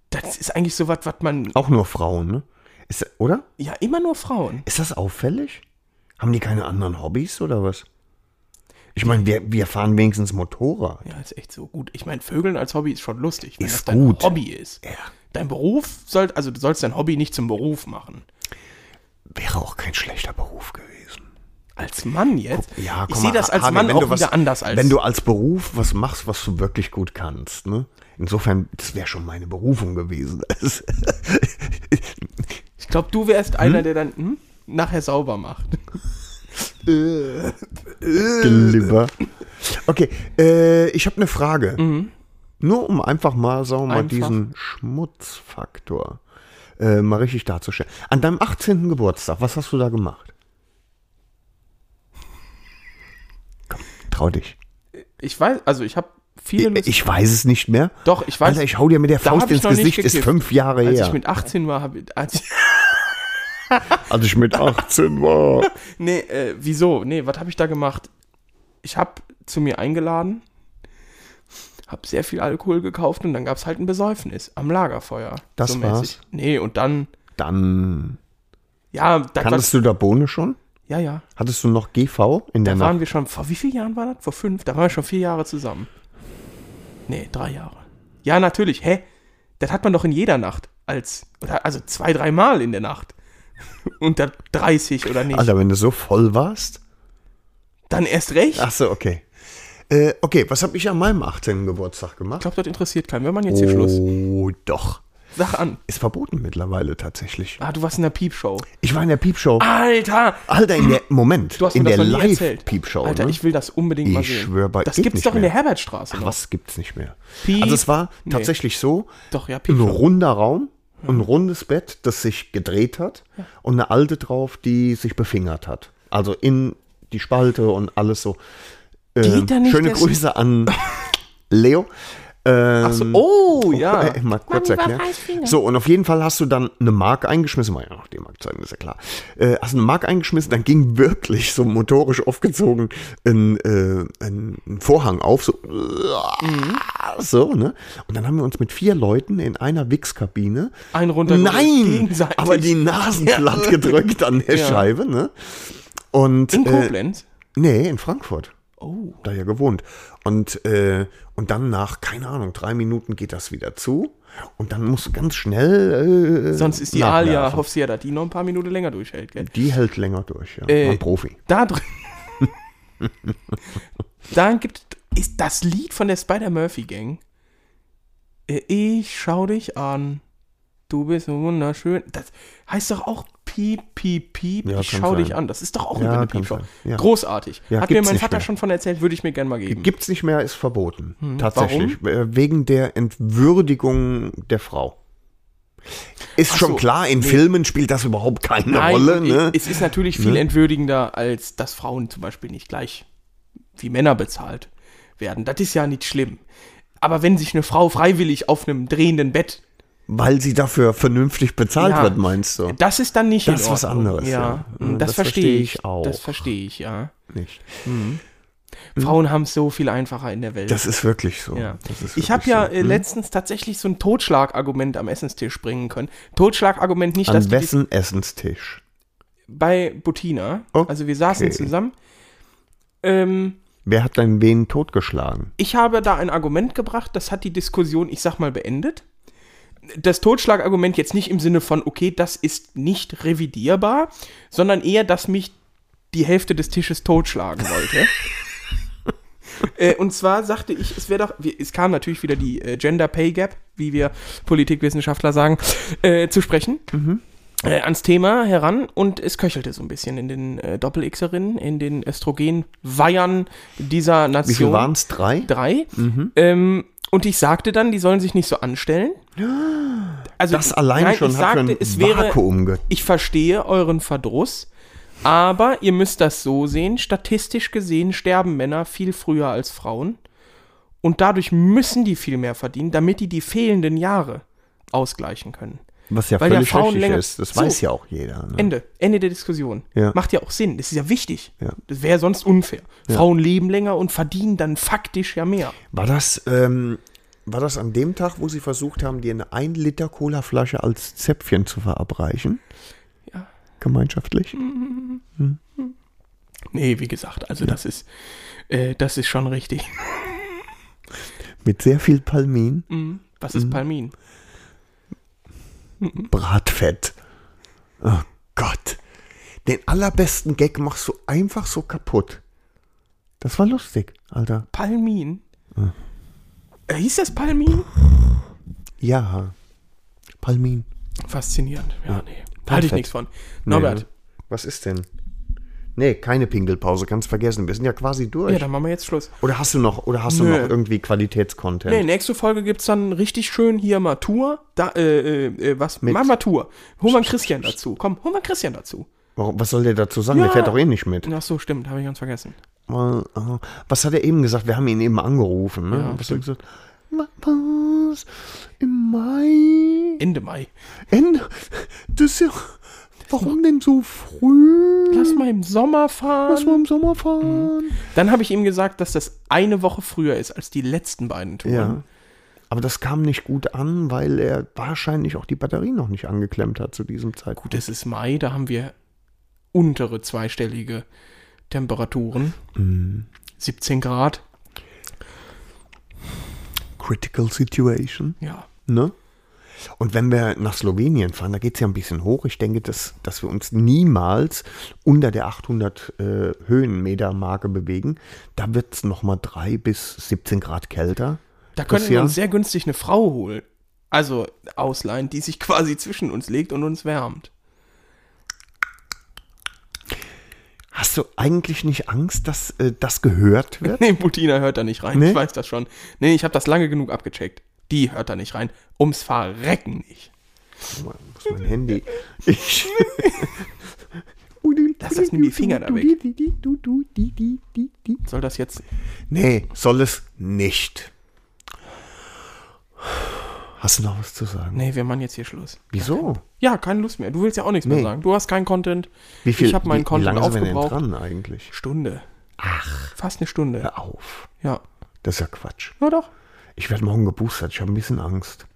Das ist eigentlich so was, was man. Auch nur Frauen, ne? Ist, oder? Ja, immer nur Frauen. Ist das auffällig? Haben die keine anderen Hobbys oder was? Ich meine, wir, wir fahren wenigstens Motorrad. Ja, ist echt so gut. Ich meine, Vögeln als Hobby ist schon lustig, wenn Ist das dein gut. Hobby ist. Ja. Dein Beruf soll, also du sollst dein Hobby nicht zum Beruf machen. Wäre auch kein schlechter Beruf gewesen. Als Mann jetzt? Ja, guck ich sehe mal, das als Harvey, Mann wenn auch du was, wieder anders als Wenn du als Beruf was machst, was du wirklich gut *laughs* kannst, ne? Insofern, das wäre schon meine Berufung gewesen. glaube, du wärst einer, der dann hm, nachher sauber macht. Glibber. Okay, äh, ich habe eine Frage. Nur um einfach mal, sagen wir mal, Mhm. Einfach. diesen Schmutzfaktor äh, mal richtig darzustellen. An deinem 18. Geburtstag, was hast du da gemacht? Komm, trau dich. Ich weiß, also ich habe viele. Ich, ich weiß es nicht mehr. Doch, ich weiß- Alter, ich hau dir mit der Da hab Faust ich ins noch nicht Gesicht, ist gekifft. fünf Jahre als her. ich mit 18 war, habe ich. *laughs* Als, als *laughs* ich mit 18 war. nee, äh, wieso? Nee, was habe ich da gemacht? Ich habe zu mir eingeladen, habe sehr viel Alkohol gekauft und dann gab es halt ein Besäufnis am Lagerfeuer. Das war's? Nee, und dann. Dann Ja, da kanntest du da Bohne schon? Ja, ja. Hattest du noch GV in der Da Nacht? waren wir schon, vor wie vielen Jahren war das? Vor fünf? Da waren wir schon vier Jahre zusammen. Nee, drei Jahre. Ja, natürlich. Hä? Das hat man doch in jeder Nacht. Als, oder, also zwei, dreimal in der Nacht. *laughs* Unter 30 oder nicht. Alter, wenn du so voll warst? Dann erst recht. Ach so, okay. Äh, okay, was habe ich an meinem 18. Geburtstag Ich gemacht? glaube, das interessiert keinen. Wir machen jetzt hier Schluss. Oh, doch. Sag an. Ist verboten mittlerweile tatsächlich. Ah, du warst in der Piepshow. Ich war in der Piepshow. Alter! Alter, in der, Moment, Du hast in mir der das noch nie erzählt. Live-Piepshow. Alter, ne? ich will das unbedingt mal Ich sehen. schwör bei- das geht gibt's nicht doch in mehr. der Herbertstraße noch. Was gibt's nicht mehr? Piep. Also es war Nee. tatsächlich so, Doch, ja, ein Piepshow. runder Raum, ein rundes Bett, das sich gedreht hat und eine alte drauf, die sich befingert hat. Also in die Spalte und alles so. Ähm, da nicht schöne das- Grüße an Leo. Ähm, Ach so, oh, *laughs* ja. Äh, mal kurz erklären. So, und auf jeden Fall hast du dann eine Mark eingeschmissen, war ja noch die Markzeiten, ist ja klar. Äh, hast eine Mark eingeschmissen, dann ging wirklich so motorisch aufgezogen ein, äh, ein ein Vorhang auf, so, Mhm. so, ne? Und dann haben wir uns mit vier Leuten in einer Wichskabine Ein runter. Nein! Gegenseitig. Aber die Nasen platt gedrückt an der Ja. Scheibe, ne? Und In äh, Koblenz? nee, in Frankfurt Oh. da ja gewohnt. Und, äh, und dann nach, keine Ahnung, drei Minuten geht das wieder zu. Und dann musst du ganz schnell. Äh, Sonst ist die nachwerfen. Alia, hoffst du ja, dass die noch ein paar Minuten länger durchhält, gell? Die hält länger durch, ja. Äh, War ein Profi. Da *laughs* drin. Dann gibt ist das Lied von der Spider-Murphy-Gang. Äh, Ich schau dich an. Du bist so wunderschön. Das heißt doch auch Piep, Piep, Piep. Ja, ich kann schau dich sein. an. Das ist doch auch Ja, über eine kann Piepshow. sein. Ja. Großartig. Ja, Hat mir gibt's mein nicht Vater mehr. schon von erzählt, würde ich mir gern mal geben. Gibt's nicht mehr, ist verboten. Hm, Tatsächlich. Äh, Wegen der Entwürdigung der Frau. Ist Ach schon so, klar, in nee. Filmen spielt das überhaupt keine Rolle, und ne? Es ist natürlich viel entwürdigender, als dass Frauen zum Beispiel nicht gleich wie Männer bezahlt werden. Das ist ja nicht schlimm. Aber wenn sich eine Frau freiwillig auf einem drehenden Bett, Weil sie dafür vernünftig bezahlt Ja. wird, meinst du? das ist dann nicht Das ist was anderes, Ja, ja. Hm, mm, das, verstehe ich auch. Das verstehe ich, ja. Nicht. Frauen haben es so viel einfacher in der Welt. Hm? Das ist wirklich so. ja. Das ist Ich habe wirklich ja so. Hm? äh, letztens tatsächlich so ein Totschlagargument am Essenstisch bringen können. Totschlagargument nicht, dass du An dich wessen Essenstisch? bei Butina, Okay. also wir saßen zusammen, ähm, Wer hat denn wen totgeschlagen? Ich habe da ein Argument gebracht, das hat die Diskussion, ich sag mal, beendet. Das Totschlagargument jetzt nicht im Sinne von, okay, das ist nicht revidierbar, sondern eher, dass mich die Hälfte des Tisches totschlagen *laughs* wollte. äh, und zwar sagte ich, es wäre doch, wir- es kam natürlich wieder die äh, Gender Pay Gap, wie wir Politikwissenschaftler sagen, äh, zu sprechen. Mhm. Äh, ans Thema heran und es köchelte so ein bisschen in den äh, Doppel-Xerinnen, in den Östrogenweihern dieser Nation Wie viel waren es? Drei? drei. Mhm. Ähm, und ich sagte dann, die sollen sich nicht so *gasps* anstellen. Also Das allein nein, schon ich hat für sagte, ein es wäre, Vakuum ge ich verstehe euren Verdruss, aber ihr müsst das so sehen, statistisch gesehen sterben Männer viel früher als Frauen und dadurch müssen die viel mehr verdienen, damit die die fehlenden Jahre ausgleichen können. Was ja weil ja völlig Frauen richtig länger- ist. Das So. weiß ja auch jeder. Ne? Ende. Ende der Diskussion. Ja. Macht ja auch Sinn. Das ist ja wichtig. Ja. Das wäre sonst unfair. Frauen leben länger und verdienen dann faktisch ja mehr. War das, ähm, war das an dem Tag, wo sie versucht haben, dir eine 1 Liter Cola-Flasche als Zäpfchen zu verabreichen? Ja. Gemeinschaftlich? Mhm. Nee, wie gesagt, also das ist, äh, das ist schon richtig. *laughs* Mit sehr viel Palmin, Mhm. Was Mhm. ist Palmin? Bratfett. Oh Gott. Den allerbesten Gag machst du einfach so kaputt. Das war lustig, Alter. Palmin? Äh, hieß das Palmin? Ja. Palmin. Faszinierend. Ja, nee. Da halte ich Fett. nichts von. Norbert, ne? Was ist denn? Nee, keine Pingelpause, kannst vergessen. Wir sind ja quasi durch. ja, dann machen wir jetzt Schluss. oder hast du noch, oder hast du Nö. noch irgendwie Qualitätscontent? Nee, nächste Folge gibt's dann richtig schön hier mal Tour. Da, äh, äh, äh, was? Mit- Machen wir Tour. Hol mal einen Christian dazu. Komm, hol mal einen Christian dazu. Warum, was soll der dazu sagen? Der Ja. fährt doch eh nicht mit. Ach so, stimmt, habe ich ganz vergessen. Mal, äh, Was hat er eben gesagt? Wir haben ihn eben angerufen. Ne? was hat er gesagt? Was? Im Mai? Ende Mai. Ende? Das ist ja. Warum denn so früh? Lass mal im Sommer Lass fahren. mal im Sommer fahren. Dann habe ich ihm gesagt, dass das eine Woche früher ist als die letzten beiden Touren. Ja. Aber das kam nicht gut an, weil er wahrscheinlich auch die Batterie noch nicht angeklemmt hat zu diesem Zeitpunkt. Gut, es ist Mai, da haben wir untere zweistellige Temperaturen. Mhm. 17 Grad. Critical Situation. Ja. Ne? Und wenn wir nach Slowenien fahren, da geht es ja ein bisschen hoch. Ich denke, dass, dass wir uns niemals unter der 800 äh, Höhenmeter-Marke bewegen. Da wird es nochmal 3 bis 17 Grad kälter. Da könnten Jahr? wir uns sehr günstig eine Frau holen. Also ausleihen, die sich *laughs* quasi zwischen uns legt und uns wärmt. Hast du eigentlich nicht Angst, dass äh, das gehört wird? Nee, Putina hört da nicht rein. Nee? Ich weiß das schon. Nee, ich habe das lange genug abgecheckt. Die hört da nicht rein. Ums Verrecken nicht. Wo ist mein Handy? Ich. Lass das nimm die Finger da weg. Soll das jetzt. Nee, soll es nicht. Hast du noch was zu sagen? Nee, wir machen jetzt hier Schluss. Wieso? Ja, keine Lust mehr. Du willst ja auch nichts mehr Nee. sagen. Du hast keinen Content. Wie viel, ich habe meinen wie, Content wie lange sind wir denn aufgebraucht. dran eigentlich? Stunde. Ach. Fast eine Stunde. Hör auf. Ja. Das ist ja Quatsch. Na doch. Ich werde morgen geboostert. Ich habe ein bisschen Angst.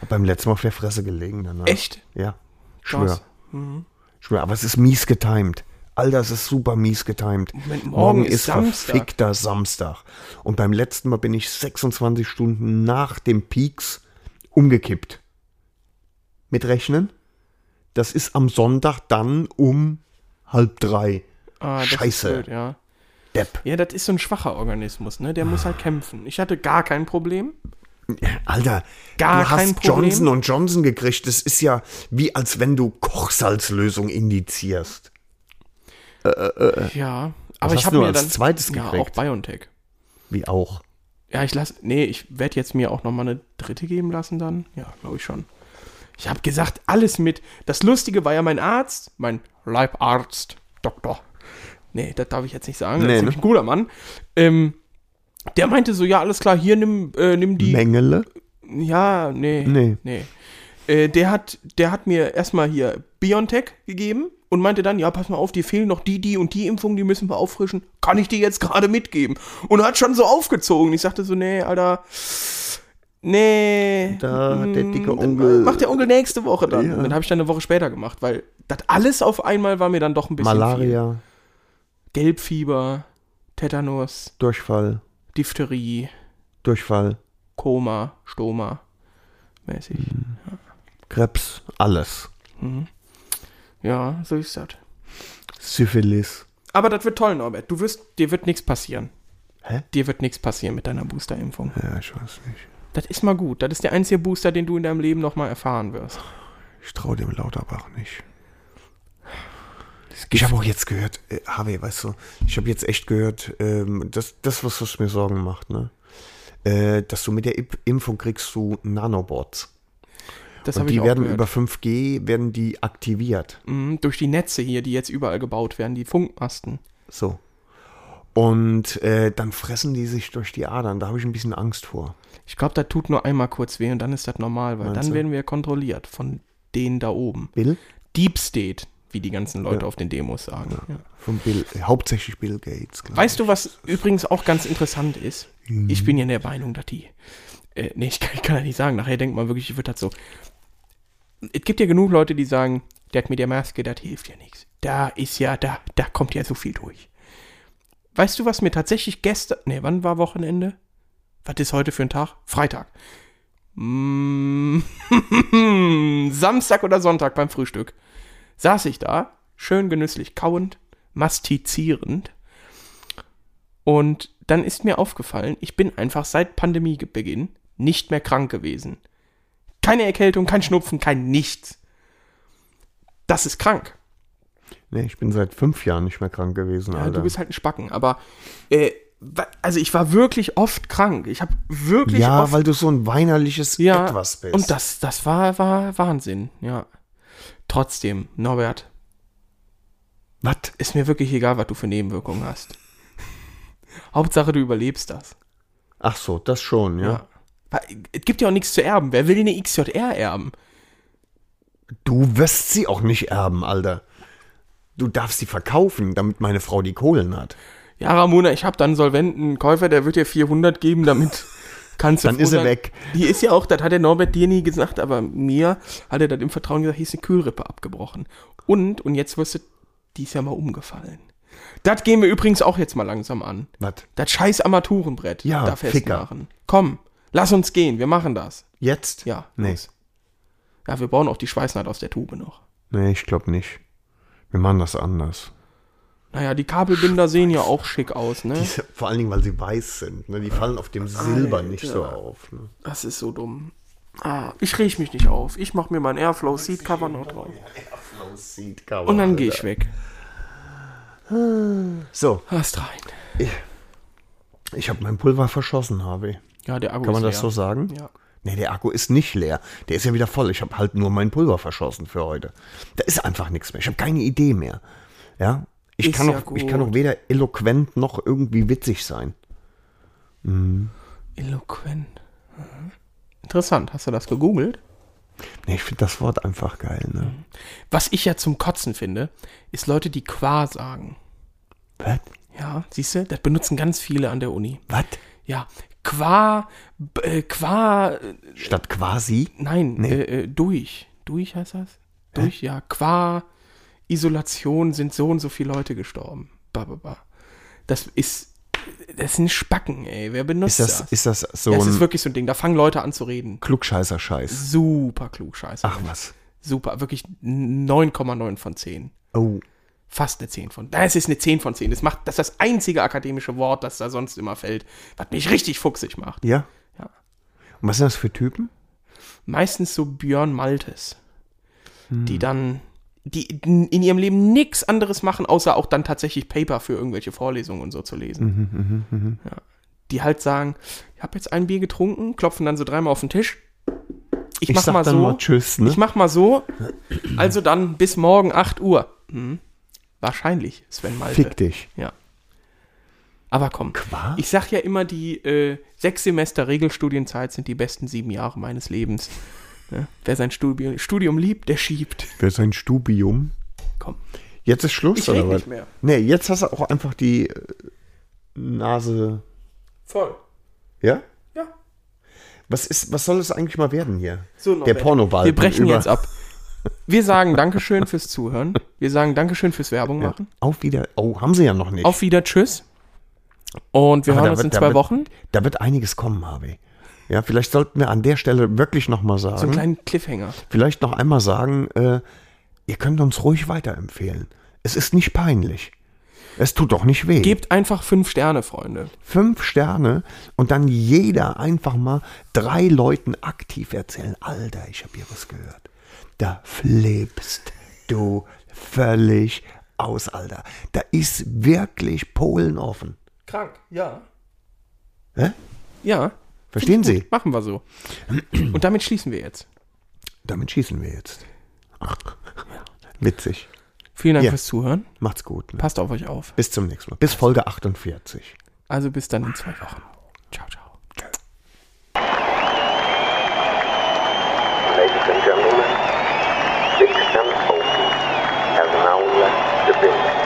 Hab beim letzten Mal auf der Fresse gelegen danach. Echt? Ja. Krass. Schwör. Schwör. Aber es ist mies getimed. Alter, es ist super mies getimed. Moment, morgen ist Samstag. verfickter Samstag. Und beim letzten Mal bin ich 26 Stunden nach dem Peaks umgekippt. Mitrechnen? Das ist am Sonntag dann um halb drei. Ah, das ist Scheiße. blöd, ja. Depp. ja, das ist so ein schwacher Organismus, ne? Ah. Der muss halt kämpfen. Ich hatte gar kein Problem. Alter, Gar du kein hast Problem. Johnson und Johnson gekriegt. Das ist ja wie als wenn du Kochsalzlösung indizierst. Ja. Aber Äh. hast ich habe du mir als dann. zweites ja, auch gekriegt? Biontech. Wie auch. Ja, ich lasse. Nee, ich werde jetzt mir auch nochmal eine dritte geben lassen dann. Ja, glaube ich schon. Ich habe gesagt, alles mit. Das Lustige war ja mein Arzt, mein Leibarzt, Doktor. Nee, das darf ich jetzt nicht sagen. Nee, das ist ne? nämlich ein guter Mann. Ähm, der meinte so, ja, alles klar, hier nimm, äh, nimm die. Mängele? Ja, nee. Nee. Nee. Äh, der, hat, der hat mir erstmal hier Biontech gegeben und meinte dann, ja, pass mal auf, dir fehlen noch die, die und die Impfungen, die müssen wir auffrischen. Kann ich dir jetzt gerade mitgeben? Und hat schon so aufgezogen. Ich sagte so, nee, Alter, nee. Da hat der dicke Dann Onkel- Macht der Onkel nächste Woche dann. Ja. Und dann habe ich dann eine Woche später gemacht, weil das alles auf einmal war mir dann doch ein bisschen viel. Malaria, Gelbfieber, Tetanus, Durchfall, Diphtherie, Durchfall, Koma, Stoma mäßig. Mhm. Krebs, alles. Ja, so ist das. Syphilis. Aber das wird toll, Norbert. Du wirst, dir wird nichts passieren. Hä? Dir wird nichts passieren mit deiner Boosterimpfung. Ja, ich weiß nicht. Das ist mal gut. Das ist der einzige Booster, den du in deinem Leben nochmal erfahren wirst. Ich traue dem Lauterbach nicht. Ich habe auch jetzt gehört, äh, HW, weißt du, ich habe jetzt echt gehört, ähm, das, das was, was mir Sorgen macht, ne? Äh, dass du mit der Imp- Impfung kriegst du Nanobots. Das Und habe ich die auch werden gehört. über 5G werden die aktiviert. Mhm, durch die Netze hier, die jetzt überall gebaut werden, die Funkmasten. So. Und äh, dann fressen die sich durch die Adern. Da habe ich ein bisschen Angst vor. Ich glaube, das tut nur einmal kurz weh und dann ist das normal, weil Meinst dann du? werden wir kontrolliert von denen da oben. Bill? Deep State, wie die ganzen Leute auf den Demos sagen. Ja. Von Bill, äh, hauptsächlich Bill Gates. glaub Weißt du, was übrigens auch ganz interessant ist? Ich bin ja der Meinung, dass die. Äh, nee, ich *laughs* kann, ich kann das nicht sagen. Nachher denkt man wirklich, ich würde das so. Es gibt ja genug Leute, die sagen, das mit der Maske, das hilft ja nichts. Da ist ja, da, da kommt ja so viel durch. Weißt du, was mir tatsächlich gestern. Nee, wann war Wochenende? Was ist heute für ein Tag? Freitag. Mm, *laughs* Samstag oder Sonntag beim Frühstück saß ich da, schön genüsslich kauend, mastizierend. Und dann ist mir aufgefallen, ich bin einfach seit Pandemiebeginn nicht mehr krank gewesen. Keine Erkältung, kein Schnupfen, kein nichts. Das ist krank. Nee, ich bin seit fünf Jahren nicht mehr krank gewesen, Ja, Alter. du bist halt ein Spacken, aber äh, wa- also ich war wirklich oft krank. Ich habe wirklich ja, oft weil du so ein weinerliches Etwas bist. Und das, das war, war Wahnsinn, ja. Trotzdem, Norbert, Was? ist mir wirklich egal, was du für Nebenwirkungen hast. *laughs* Hauptsache, du überlebst das. Ach so, das schon, ja. Weil, äh, Es gibt ja auch nichts zu erben. Wer will eine XJR erben? Du wirst sie auch nicht erben, Alter. Du darfst sie verkaufen, damit meine Frau die Kohlen hat. Ja, Ramona, ich habe dann solventen Käufer, der wird dir 400 geben, *laughs* damit kannst du. Dann froh ist er sein. weg. Die ist ja auch, das hat der Norbert dir nie gesagt, aber mir hat er das im Vertrauen gesagt, hier ist eine Kühlrippe abgebrochen. Und, und jetzt wirst du, die ist ja mal umgefallen. Das gehen wir übrigens auch jetzt mal langsam an. Was? Das scheiß Armaturenbrett Ja, da Ficker. festmachen. Komm, lass uns gehen, wir machen das. Jetzt? Ja, Nee, los. Ja, wir bauen auch die Schweißnaht aus der Tube noch. nee ich glaube nicht. Wir machen das anders. Naja, die Kabelbinder sehen ja auch schick aus, ne? Diese, vor allen Dingen, weil sie weiß sind. Ne? Die fallen auf dem Silber nicht so auf. Ne? Das ist so dumm. Ah, ich riech mich nicht auf. Ich mach mir mein Airflow Seat Cover noch drauf. Und dann gehe ich weg. So, Hast rein. ich habe mein Pulver verschossen, Harvey. Ja, der Akku Kann man ist das so leer. sagen? Ja. Nee, der Akku ist nicht leer. Der ist ja wieder voll. Ich habe halt nur mein Pulver verschossen für heute. Da ist einfach nichts mehr. Ich habe keine Idee mehr. Ja? Ich Ist kann, ja auch, ich kann gut. auch weder eloquent noch irgendwie witzig sein. Eloquent. Mhm. Interessant. Hast du das gegoogelt? Nee, ich finde das Wort einfach geil. Ne? Was ich ja zum Kotzen finde, ist Leute, die Qua sagen. Was? Ja, siehst du, das benutzen ganz viele an der Uni. Was? Ja, Qua, b- äh, Qua, äh, Statt quasi? nein, Nee. äh, äh, durch. Durch heißt das? Durch, ja. Qua Isolation sind so und so viele Leute gestorben. Ba, ba, ba. Das ist, das sind Spacken, ey. Wer benutzt Ist das, das? ist das so ja, es ist ein wirklich so ein Ding. Da fangen Leute an zu reden. Klugscheißer-Scheiß? Super klug, scheiße. Ach was. Super, wirklich 9,9 von 10. Oh, Fast eine 10 von. Nein, es ist eine 10 von 10. Das, macht, das ist das einzige akademische Wort, das da sonst immer fällt, was mich richtig fuchsig macht. ja? Ja. Und was sind das für Typen? meistens so Björn Maltes, die dann, die in in ihrem Leben nichts anderes machen, außer auch dann tatsächlich Paper für irgendwelche Vorlesungen und so zu lesen. ja. Die halt sagen, ich habe jetzt ein Bier getrunken, klopfen dann so dreimal auf den Tisch. Ich, mach mal so, Tschüss, ne? ich mach mal so, also dann bis morgen 8 Uhr. Hm. Wahrscheinlich, Sven Malte. Fick dich. Ja. Aber komm. Qua? Ich sag ja immer, die äh, sechs Semester Regelstudienzeit sind die besten sieben Jahre meines Lebens. Ne? Wer sein Studium, Studium liebt, der schiebt. Wer sein Stubium? Komm. Jetzt ist Schluss, Ich oder red was? nicht mehr. Nee, jetzt hast du auch einfach die äh, Nase. Voll. Ja? Ja. Was, ist, was soll es eigentlich mal werden hier? So, Der Norbert. Pornoball. Wir brechen über- jetzt ab. Wir sagen Dankeschön fürs Zuhören. Wir sagen Dankeschön fürs Werbung machen. Auf wieder. Oh, haben sie ja noch nicht. Auf wieder, tschüss. Und wir Aber hören da uns wird- in da zwei wird- Wochen. Da wird einiges kommen, Harvey. Ja, vielleicht sollten wir an der Stelle wirklich nochmal sagen. So einen kleinen Cliffhanger. vielleicht noch einmal sagen, äh, ihr könnt uns ruhig weiterempfehlen. Es ist nicht peinlich. Es tut doch nicht weh. Gebt einfach fünf Sterne, Freunde. fünf Sterne und dann jeder einfach mal drei Leuten aktiv erzählen. Alter, ich habe hier was gehört. Da flippst du völlig aus, Alter. Da ist wirklich Polen offen. Krank, ja. Hä? Ja, Verstehen Sie? machen wir so. Und damit schließen wir jetzt. Damit schießen wir jetzt. Witzig. Vielen Dank Ja. fürs Zuhören. Macht's gut. Ne? Passt auf euch auf. Bis zum nächsten Mal. Bis Folge 48. Also bis dann in zwei Wochen. Ciao, ciao. Ladies and gentlemen, Dick and Opie has now left the building.